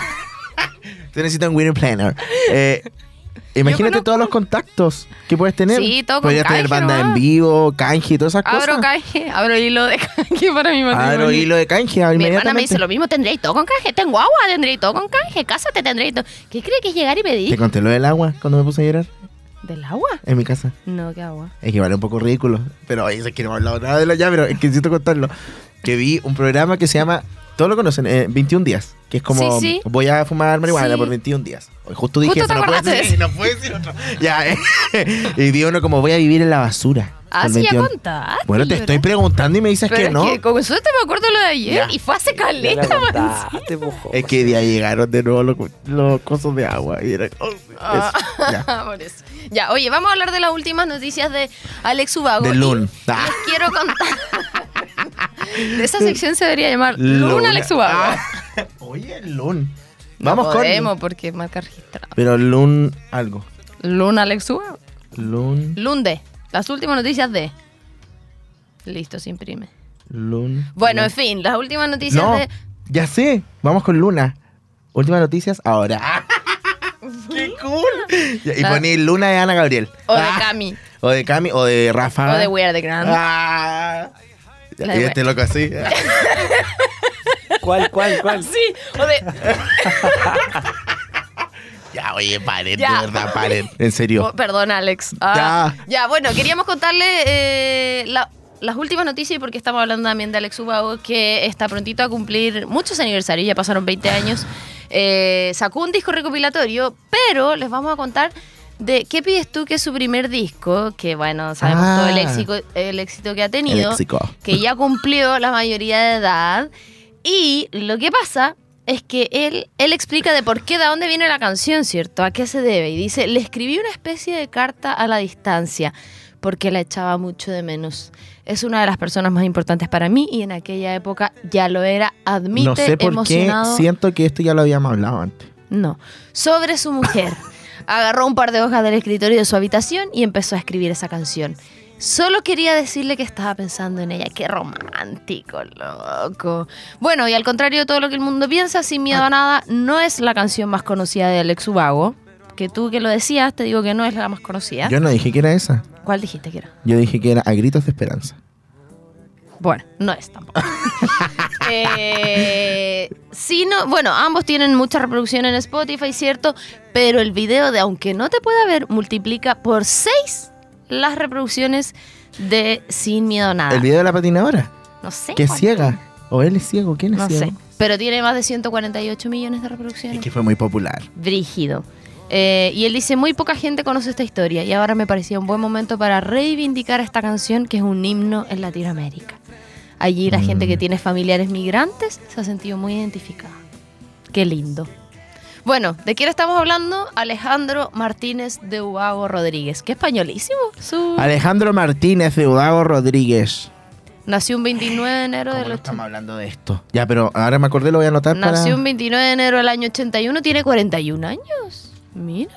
Speaker 2: tú necesitas un winning planner. Eh, imagínate
Speaker 1: conozco-
Speaker 2: todos los contactos que puedes tener.
Speaker 1: Sí, todo con
Speaker 2: Podrías tener
Speaker 1: canje
Speaker 2: banda en
Speaker 1: nomás.
Speaker 2: vivo, canje y todas esas
Speaker 1: Abro
Speaker 2: cosas.
Speaker 1: canje, abro hilo de canje para mi matrimonio.
Speaker 2: Abro hilo de canje
Speaker 1: Mi hermana me
Speaker 2: inmediatamente.
Speaker 1: dice lo mismo, tendré todo con canje. Tengo agua, tendré todo con canje. Cásate, tendré todo. ¿Qué cree que es llegar y
Speaker 2: Te
Speaker 1: pedir?
Speaker 2: conté lo del agua cuando me puse a llorar
Speaker 1: ¿Del agua?
Speaker 2: en mi casa.
Speaker 1: No, qué agua.
Speaker 2: Es que vale un poco ridículo. Pero oye, es que no hemos hablado nada de la llave, pero es que necesito contarlo. Que vi un programa que se llama, todos lo conocen, Eh, 21 días. Que es como,
Speaker 1: Sí, sí.
Speaker 2: voy a fumar marihuana
Speaker 1: Sí.
Speaker 2: por 21 días. Hoy justo dije
Speaker 1: Justo te
Speaker 2: eso, no puedo
Speaker 1: acordaste de
Speaker 2: decir, no puedo decir otro. Ya, eh. Y vi uno como, voy a vivir en la basura.
Speaker 1: Ah,
Speaker 2: por
Speaker 1: sí, ya
Speaker 2: 21.
Speaker 1: contaste.
Speaker 2: Bueno, te
Speaker 1: yo,
Speaker 2: estoy
Speaker 1: ¿verdad?
Speaker 2: preguntando y me dices
Speaker 1: Pero
Speaker 2: que
Speaker 1: es
Speaker 2: no.
Speaker 1: que con suerte me acuerdo lo de ayer
Speaker 2: Ya.
Speaker 1: y fue hace
Speaker 4: Ya la
Speaker 1: caleta, man.
Speaker 4: contaste, po, José.
Speaker 2: Es que ya llegaron de nuevo los, los cosos de agua. Y era, oh, eso, ya.
Speaker 1: Ah, por eso. Ya, oye, vamos a hablar de las últimas noticias de Alex Ubago.
Speaker 2: De
Speaker 1: y
Speaker 2: Lun. Ah.
Speaker 1: Les quiero contar. de esa sección se debería llamar Lun
Speaker 2: Luna.
Speaker 1: Alex Ubago.
Speaker 2: Ah, oye, Lun.
Speaker 1: No
Speaker 2: Vamos
Speaker 1: podemos
Speaker 2: con...
Speaker 1: porque marca registrada.
Speaker 2: Pero Lun algo.
Speaker 1: Lun Alex Ubago.
Speaker 2: Lun...
Speaker 1: Lunde. Las últimas noticias de. Listo, se imprime.
Speaker 2: Lun.
Speaker 1: Bueno, en fin, las últimas noticias
Speaker 2: no,
Speaker 1: de.
Speaker 2: ya sé. Vamos con Luna. Últimas noticias ahora. ¡Qué cool! Y, y
Speaker 1: La-
Speaker 2: poní Luna de Ana Gabriel.
Speaker 1: O de
Speaker 2: Ah,
Speaker 1: Cami.
Speaker 2: O de Cami, o de Rafa.
Speaker 1: O de We Are the Grand.
Speaker 2: Ah.
Speaker 1: La
Speaker 2: y
Speaker 1: de
Speaker 2: este loco así.
Speaker 4: ¿Cuál, cuál, cuál?
Speaker 1: Sí, o de.
Speaker 2: ya, oye, paren,
Speaker 1: Ya.
Speaker 2: de verdad, paren. En serio.
Speaker 1: Oh, perdón, Alex. Ah,
Speaker 2: Ya.
Speaker 1: ya. bueno, queríamos contarle eh, la- las últimas noticias porque estamos hablando también de Alex Ubago, que está prontito a cumplir muchos aniversarios, ya pasaron 20 años. Eh, sacó un disco recopilatorio, pero les vamos a contar de qué pides tú que es su primer disco, que bueno, sabemos
Speaker 2: Ah.
Speaker 1: todo el éxito, el éxito que ha tenido,
Speaker 2: Léxico.
Speaker 1: que ya cumplió la mayoría de edad. Y lo que pasa es que él, él explica de por qué, de dónde viene la canción, ¿cierto? ¿A qué se debe? Y dice, le escribí una especie de carta a la distancia porque la echaba mucho de menos. Es una de las personas más importantes para mí y en aquella época ya lo era, admite,
Speaker 2: No sé por qué
Speaker 1: emocionado.
Speaker 2: siento que esto ya lo habíamos hablado antes.
Speaker 1: No, sobre su mujer. Agarró un par de hojas del escritorio de su habitación y empezó a escribir esa canción. Solo quería decirle que estaba pensando en ella. Qué romántico, loco. Bueno, y al contrario de todo lo que el mundo piensa, Sin Miedo a Nada no es la canción más conocida de Alex Ubago. Que tú que lo decías, te digo que no es la más conocida.
Speaker 2: Yo no dije que era esa.
Speaker 1: ¿Cuál dijiste que era?
Speaker 2: Yo dije que era A Gritos de Esperanza.
Speaker 1: Bueno, no es tampoco. Eh, sí, no- bueno, ambos tienen mucha reproducción en Spotify, ¿cierto? Pero el video de Aunque no te pueda ver multiplica por 6 las reproducciones de Sin Miedo a Nada.
Speaker 2: El video de la patinadora.
Speaker 1: no sé.
Speaker 2: Que es
Speaker 1: cuánto,
Speaker 2: ciega. O él es ciego. ¿Quién es
Speaker 1: No
Speaker 2: ciego?
Speaker 1: sé. Pero tiene más de 148 millones de reproducciones.
Speaker 2: Es que fue muy popular.
Speaker 1: Brígido. Eh, y él dice, muy poca gente conoce esta historia y ahora me parecía un buen momento para reivindicar esta canción que es un himno en Latinoamérica. Allí la gente que
Speaker 2: Mm.
Speaker 1: tiene familiares migrantes se ha sentido muy identificada. Qué lindo. Bueno, ¿de quién estamos hablando? Alejandro Martínez de Ubago Rodríguez. Qué españolísimo. Su-
Speaker 2: Alejandro Martínez de Udago Rodríguez.
Speaker 1: Nació un 29 de enero
Speaker 2: ¿Cómo
Speaker 1: del
Speaker 2: no
Speaker 1: 80.
Speaker 2: estamos hablando de esto? Ya, pero ahora me acordé, lo voy a anotar
Speaker 1: Nació
Speaker 2: para...
Speaker 1: un 29 de enero del año 81, tiene 41 años. Mira.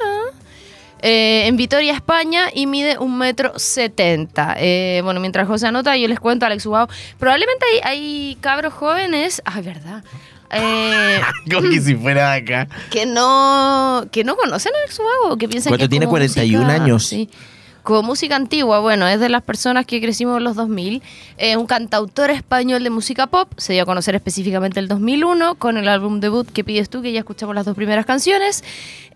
Speaker 1: Eh, en Vitoria, España, y mide un metro setenta. Eh, bueno, mientras José anota, yo les cuento a Alex Ubao. Probablemente hay, hay cabros jóvenes. Ah, verdad. Eh,
Speaker 2: Como que si fuera de acá.
Speaker 1: que no que no conocen a Alex Ubago, que piensan
Speaker 2: Cuando
Speaker 1: que es
Speaker 2: tiene
Speaker 1: como
Speaker 2: 41
Speaker 1: música-
Speaker 2: años.
Speaker 1: sí, como música antigua, bueno, es de las personas que crecimos en los 2000, es un cantautor español de música pop, se dio a conocer específicamente el 2001 con el álbum debut que pides tú, que ya escuchamos las dos primeras canciones,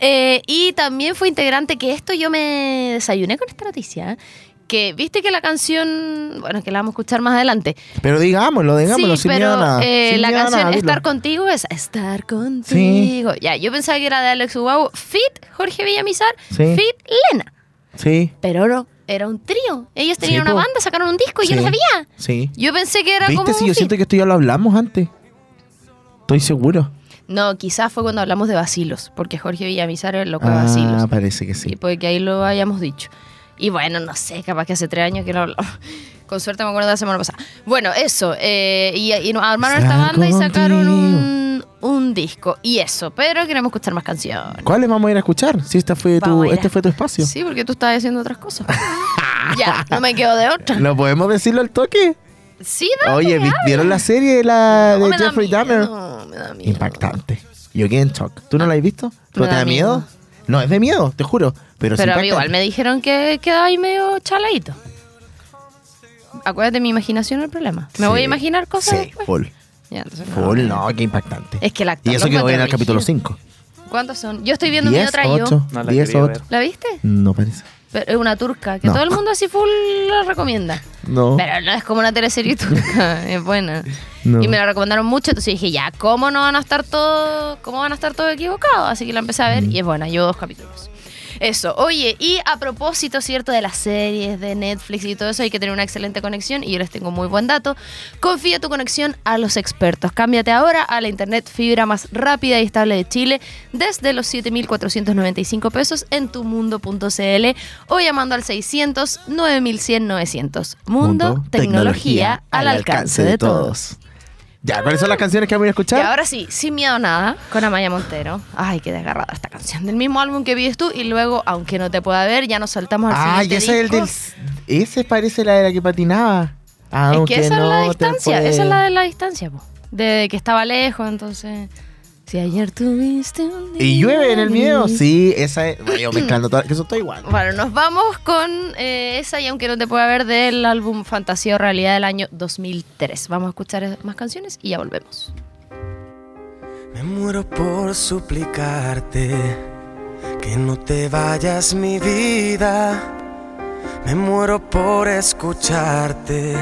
Speaker 1: Eh, y también fue integrante, que esto yo me desayuné con esta noticia, ¿eh? que viste que la canción, bueno, que la vamos a escuchar más adelante,
Speaker 2: Pero digámoslo, digámoslo,
Speaker 1: sí,
Speaker 2: sin miedo
Speaker 1: pero
Speaker 2: a nada.
Speaker 1: eh,
Speaker 2: Sin
Speaker 1: la
Speaker 2: miedo a
Speaker 1: canción
Speaker 2: nada, dilo.
Speaker 1: Estar Contigo es Estar Contigo. Ya, yo pensaba que era de Alex Ubago, Fit Jorge Villamizar,
Speaker 2: Sí.
Speaker 1: Fit Lena.
Speaker 2: Sí.
Speaker 1: Pero no, era un trío. Ellos tenían
Speaker 2: Sí,
Speaker 1: una
Speaker 2: po.
Speaker 1: banda, sacaron un disco y yo
Speaker 2: Sí.
Speaker 1: no sabía.
Speaker 2: Sí.
Speaker 1: Yo pensé que era como
Speaker 2: ¿Viste?
Speaker 1: un
Speaker 2: Si yo
Speaker 1: fit.
Speaker 2: siento que esto ya lo hablamos antes. Estoy seguro.
Speaker 1: No, quizás fue cuando hablamos de vacilos, porque Jorge Villamizar era el loco de
Speaker 2: Ah,
Speaker 1: vacilos.
Speaker 2: parece que
Speaker 1: Y
Speaker 2: sí.
Speaker 1: puede que ahí lo hayamos dicho. Y bueno, no sé, capaz que hace tres años que no hablamos. Con suerte me acuerdo de la semana pasada. Bueno, eso. eh, y, y nos armaron esta
Speaker 2: Estar
Speaker 1: banda y sacaron
Speaker 2: contigo.
Speaker 1: un, un disco. Y eso, pero queremos escuchar más canciones.
Speaker 2: ¿Cuáles vamos a ir a escuchar? Si esta fue tu,
Speaker 1: Vamos a ir a-
Speaker 2: este fue tu espacio.
Speaker 1: Sí, porque tú estabas haciendo otras cosas. ya, no me quedo de otra.
Speaker 2: ¿Lo podemos decirlo al toque?
Speaker 1: Sí, dale.
Speaker 2: Oye, ¿vi- ¿vieron la serie de, la,
Speaker 1: No,
Speaker 2: de
Speaker 1: Oh, me da
Speaker 2: Jeffrey
Speaker 1: miedo,
Speaker 2: Dahmer?
Speaker 1: me da miedo.
Speaker 2: Impactante. Yo quedé en shock. ¿Tú no la has visto? ¿Pero
Speaker 1: Ah, me
Speaker 2: te
Speaker 1: da
Speaker 2: da miedo?
Speaker 1: miedo.
Speaker 2: No, es de miedo, te juro. Pero,
Speaker 1: Pero a mí
Speaker 2: sí
Speaker 1: igual me dijeron que quedaba ahí medio chaladito. Acuérdate, mi imaginación es el problema. Me voy a imaginar cosas
Speaker 2: Sí,
Speaker 1: después.
Speaker 2: full.
Speaker 1: Ya, entonces no.
Speaker 2: Full, no, qué impactante.
Speaker 1: Es que el actor
Speaker 2: Y eso
Speaker 1: lo
Speaker 2: que voy a ir
Speaker 1: encuentro
Speaker 2: al capítulo
Speaker 1: brígido.
Speaker 2: 5.
Speaker 1: ¿Cuántos son? Yo estoy viendo mi
Speaker 2: 10,
Speaker 1: otra yo.
Speaker 2: 8,
Speaker 4: No la
Speaker 2: 10,
Speaker 4: quería
Speaker 2: 8.
Speaker 1: ¿La viste?
Speaker 2: No parece.
Speaker 1: Pero es una turca, que
Speaker 2: No.
Speaker 1: todo el mundo así full la recomienda.
Speaker 2: No.
Speaker 1: Pero no es como una teleserie turca, es buena.
Speaker 2: No.
Speaker 1: Y me la recomendaron mucho, entonces dije, ya, ¿cómo no van a estar todos, cómo van a estar todos equivocados? Así que la empecé a ver y es buena, llevo dos capítulos. Eso, oye, y a propósito, ¿cierto? De las series, de Netflix y todo eso, hay que tener una excelente conexión y yo les tengo muy buen dato. Confía tu conexión a los expertos. Cámbiate ahora a la internet fibra más rápida y estable de Chile desde los 7.495 pesos en tumundo.cl o llamando al 600 9100 900. Mundo, tecnología, al alcance de todos. Ah.
Speaker 2: Ya, ¿cuáles son las canciones que vamos a ir
Speaker 1: Y
Speaker 2: a escuchar?
Speaker 1: ahora sí, sin miedo a nada, con Amaya Montero. Ay, qué desgarrada esta canción. Del mismo álbum que vives tú y luego, aunque no te pueda ver, ya nos saltamos al
Speaker 2: ah, y
Speaker 1: siguiente
Speaker 2: ese es el
Speaker 1: disco.
Speaker 2: del. Ese parece la de la que patinaba.
Speaker 1: Es
Speaker 2: Aunque
Speaker 1: que esa es la
Speaker 2: no te
Speaker 1: distancia,
Speaker 2: puede-
Speaker 1: esa es la de la distancia, po. De que estaba lejos, entonces... Si ayer tuviste un día
Speaker 2: Y llueve en el video,
Speaker 1: gris.
Speaker 2: sí, esa es. Bueno, yo mezclando todo, que eso está igual.
Speaker 1: Bueno, nos vamos con eh, esa y aunque no te pueda ver del álbum Fantasía o Realidad del año 2003. Vamos a escuchar más canciones y ya volvemos.
Speaker 6: Me muero por suplicarte que no te vayas mi vida. Me muero por escucharte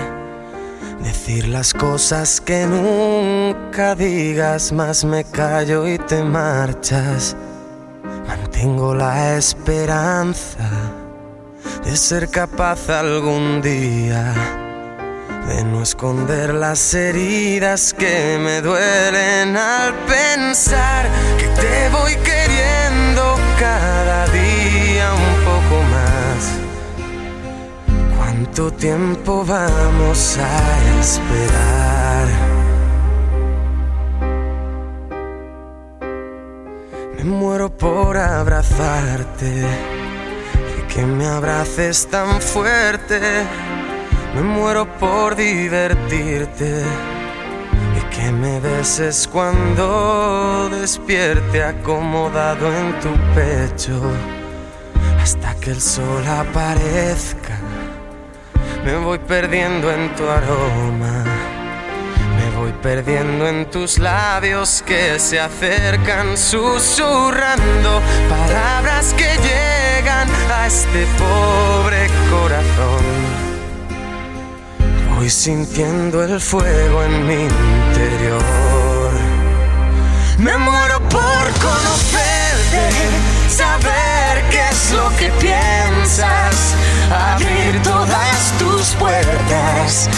Speaker 6: decir las cosas que nunca digas, más me callo y te marchas. Mantengo la esperanza de ser capaz algún día de no esconder las heridas que me duelen al pensar que te voy queriendo cada día un poco más. ¿Cuánto tiempo vamos a esperar? Me muero por abrazarte y que me abraces tan fuerte. Me muero por divertirte y que me beses cuando despierte acomodado en tu pecho hasta que el sol aparezca. Me voy perdiendo en tu aroma, me voy perdiendo en tus labios que se acercan susurrando palabras que llegan a este pobre corazón. Voy sintiendo el fuego en mi interior. Me muero por conocerte, saber qué es lo que piensas, abrir todas tus puertas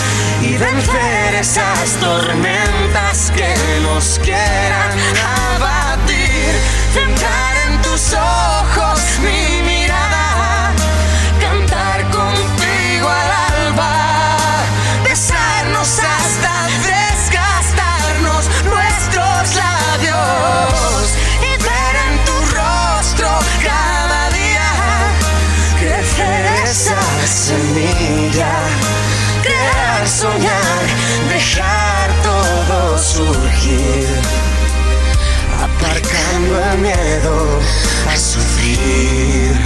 Speaker 6: y vencer esas tormentas que nos quieran abatir. Centrar en tus ojos mi mirada, cantar contigo al alba, besarnos hasta desgastarnos nuestros labios y ver en tu rostro cada día crecer esa semilla, crear, soñar, dejar todo surgir, aparcando el miedo a sufrir.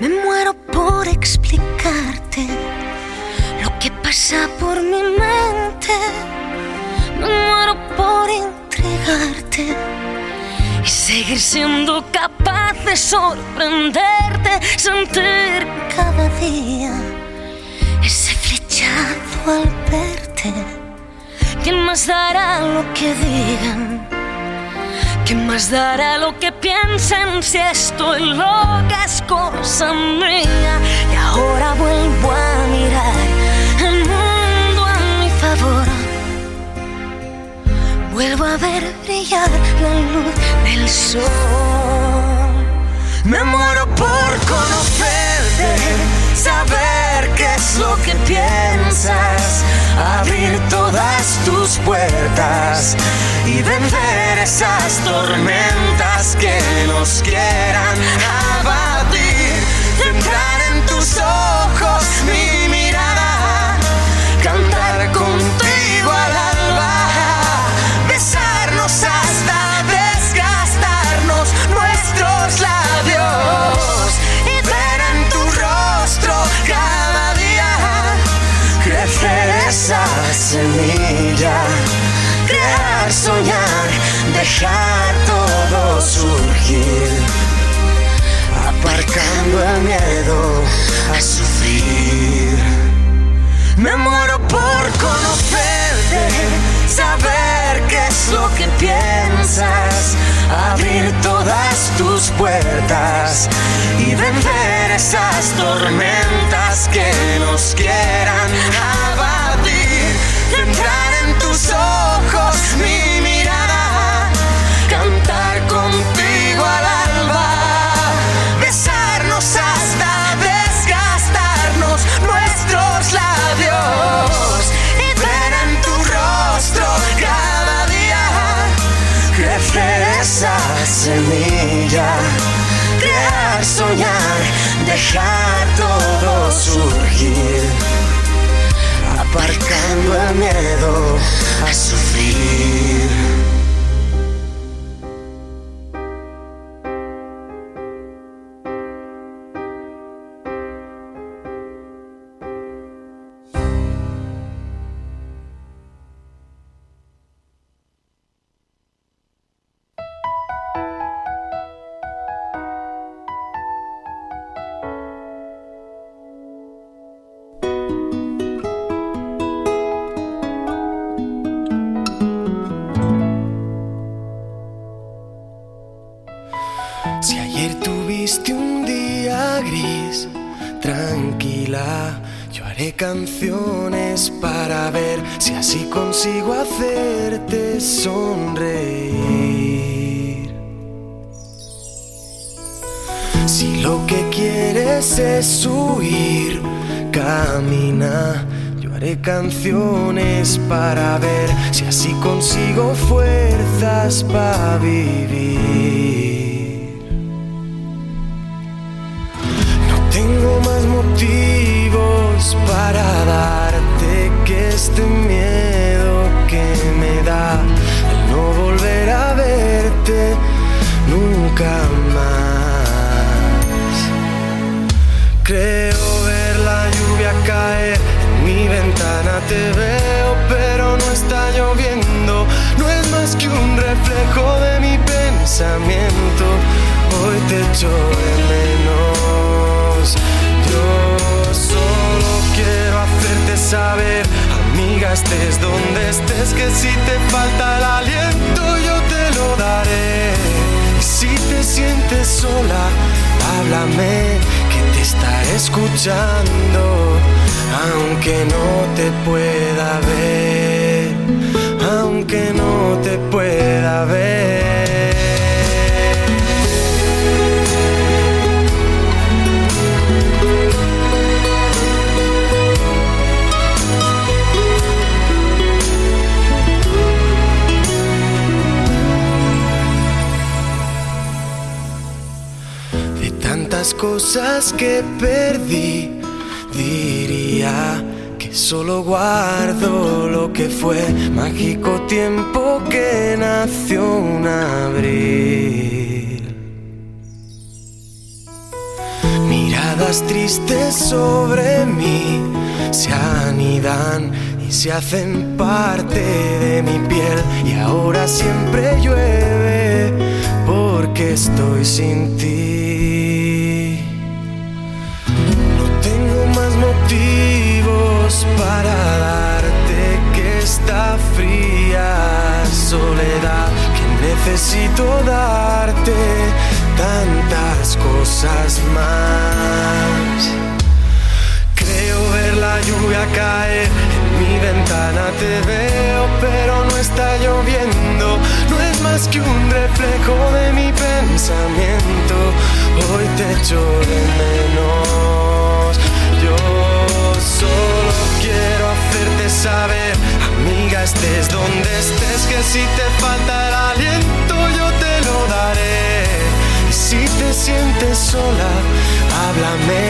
Speaker 7: Me muero por explicarte lo que pasa por mi mente. Me muero por entregarte y seguir siendo capaz de sorprenderte, sentir cada día ese flechazo al verte. ¿Quién más dará lo que digan? ¿Quién más dará lo que piensen si estoy loca es cosa mía? Y ahora vuelvo a mirar el mundo a mi favor. Vuelvo a ver brillar la luz del sol.
Speaker 6: Me muero por conocerte, saber qué es lo que piensas, abrir todas tus puertas y vencer esas tormentas que nos quieran abatir. Entrar en tus ojos mi mirada, cantar contigo al alba, besarnos hasta desgastarnos nuestros labios y ver en tu rostro cada día crecer esa semilla, crear, soñar, dejar todo surgir, aparcando el miedo a sufrir. Me muero por conocerte, saber qué es lo que piensas, abrir todas tus puertas y vencer esas tormentas que nos quieran abatir. Entrar en tus ojos, mi mirada, cantar contigo al alba, besarnos hasta desgastarnos nuestros labios y ver en tu rostro cada día crecer esa semilla, crear, soñar, dejar todo surgir, aparcando el miedo canciones para ver si así consigo hacerte sonreír. Si lo que quieres es huir, camina. Yo haré canciones para ver si así consigo fuerzas para vivir. No tengo más motivos para darte que este miedo que me da al no volver a verte nunca más. Creo ver la lluvia caer en mi ventana, te veo, pero no está lloviendo. No es más que un reflejo de mi pensamiento. Hoy te echo de menos. Yo solo quiero hacerte saber, amiga, estés donde estés, que si te falta el aliento, yo te lo daré. Y si te sientes sola, háblame, que te estaré escuchando, aunque no te pueda ver, aunque no te pueda ver. de tantas cosas que perdí, diría que solo guardo lo que fue mágico tiempo que nació un abril. Miradas tristes sobre mí se anidan y se hacen parte de mi piel y ahora siempre llueve porque estoy sin ti. No tengo más motivos para darte que esta fría soledad que necesito darte tantas cosas más. Creo ver la lluvia caer en mi ventana, te veo, pero no está lloviendo. No es más que un reflejo de mi pensamiento. Hoy te echo de menos. Yo solo quiero hacerte saber, amiga, estés donde estés, que si te falta el aliento, yo te lo daré. Y si te sientes sola, háblame,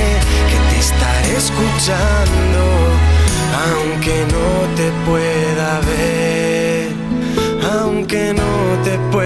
Speaker 6: que te estaré escuchando, aunque no te pueda ver, aunque no te pueda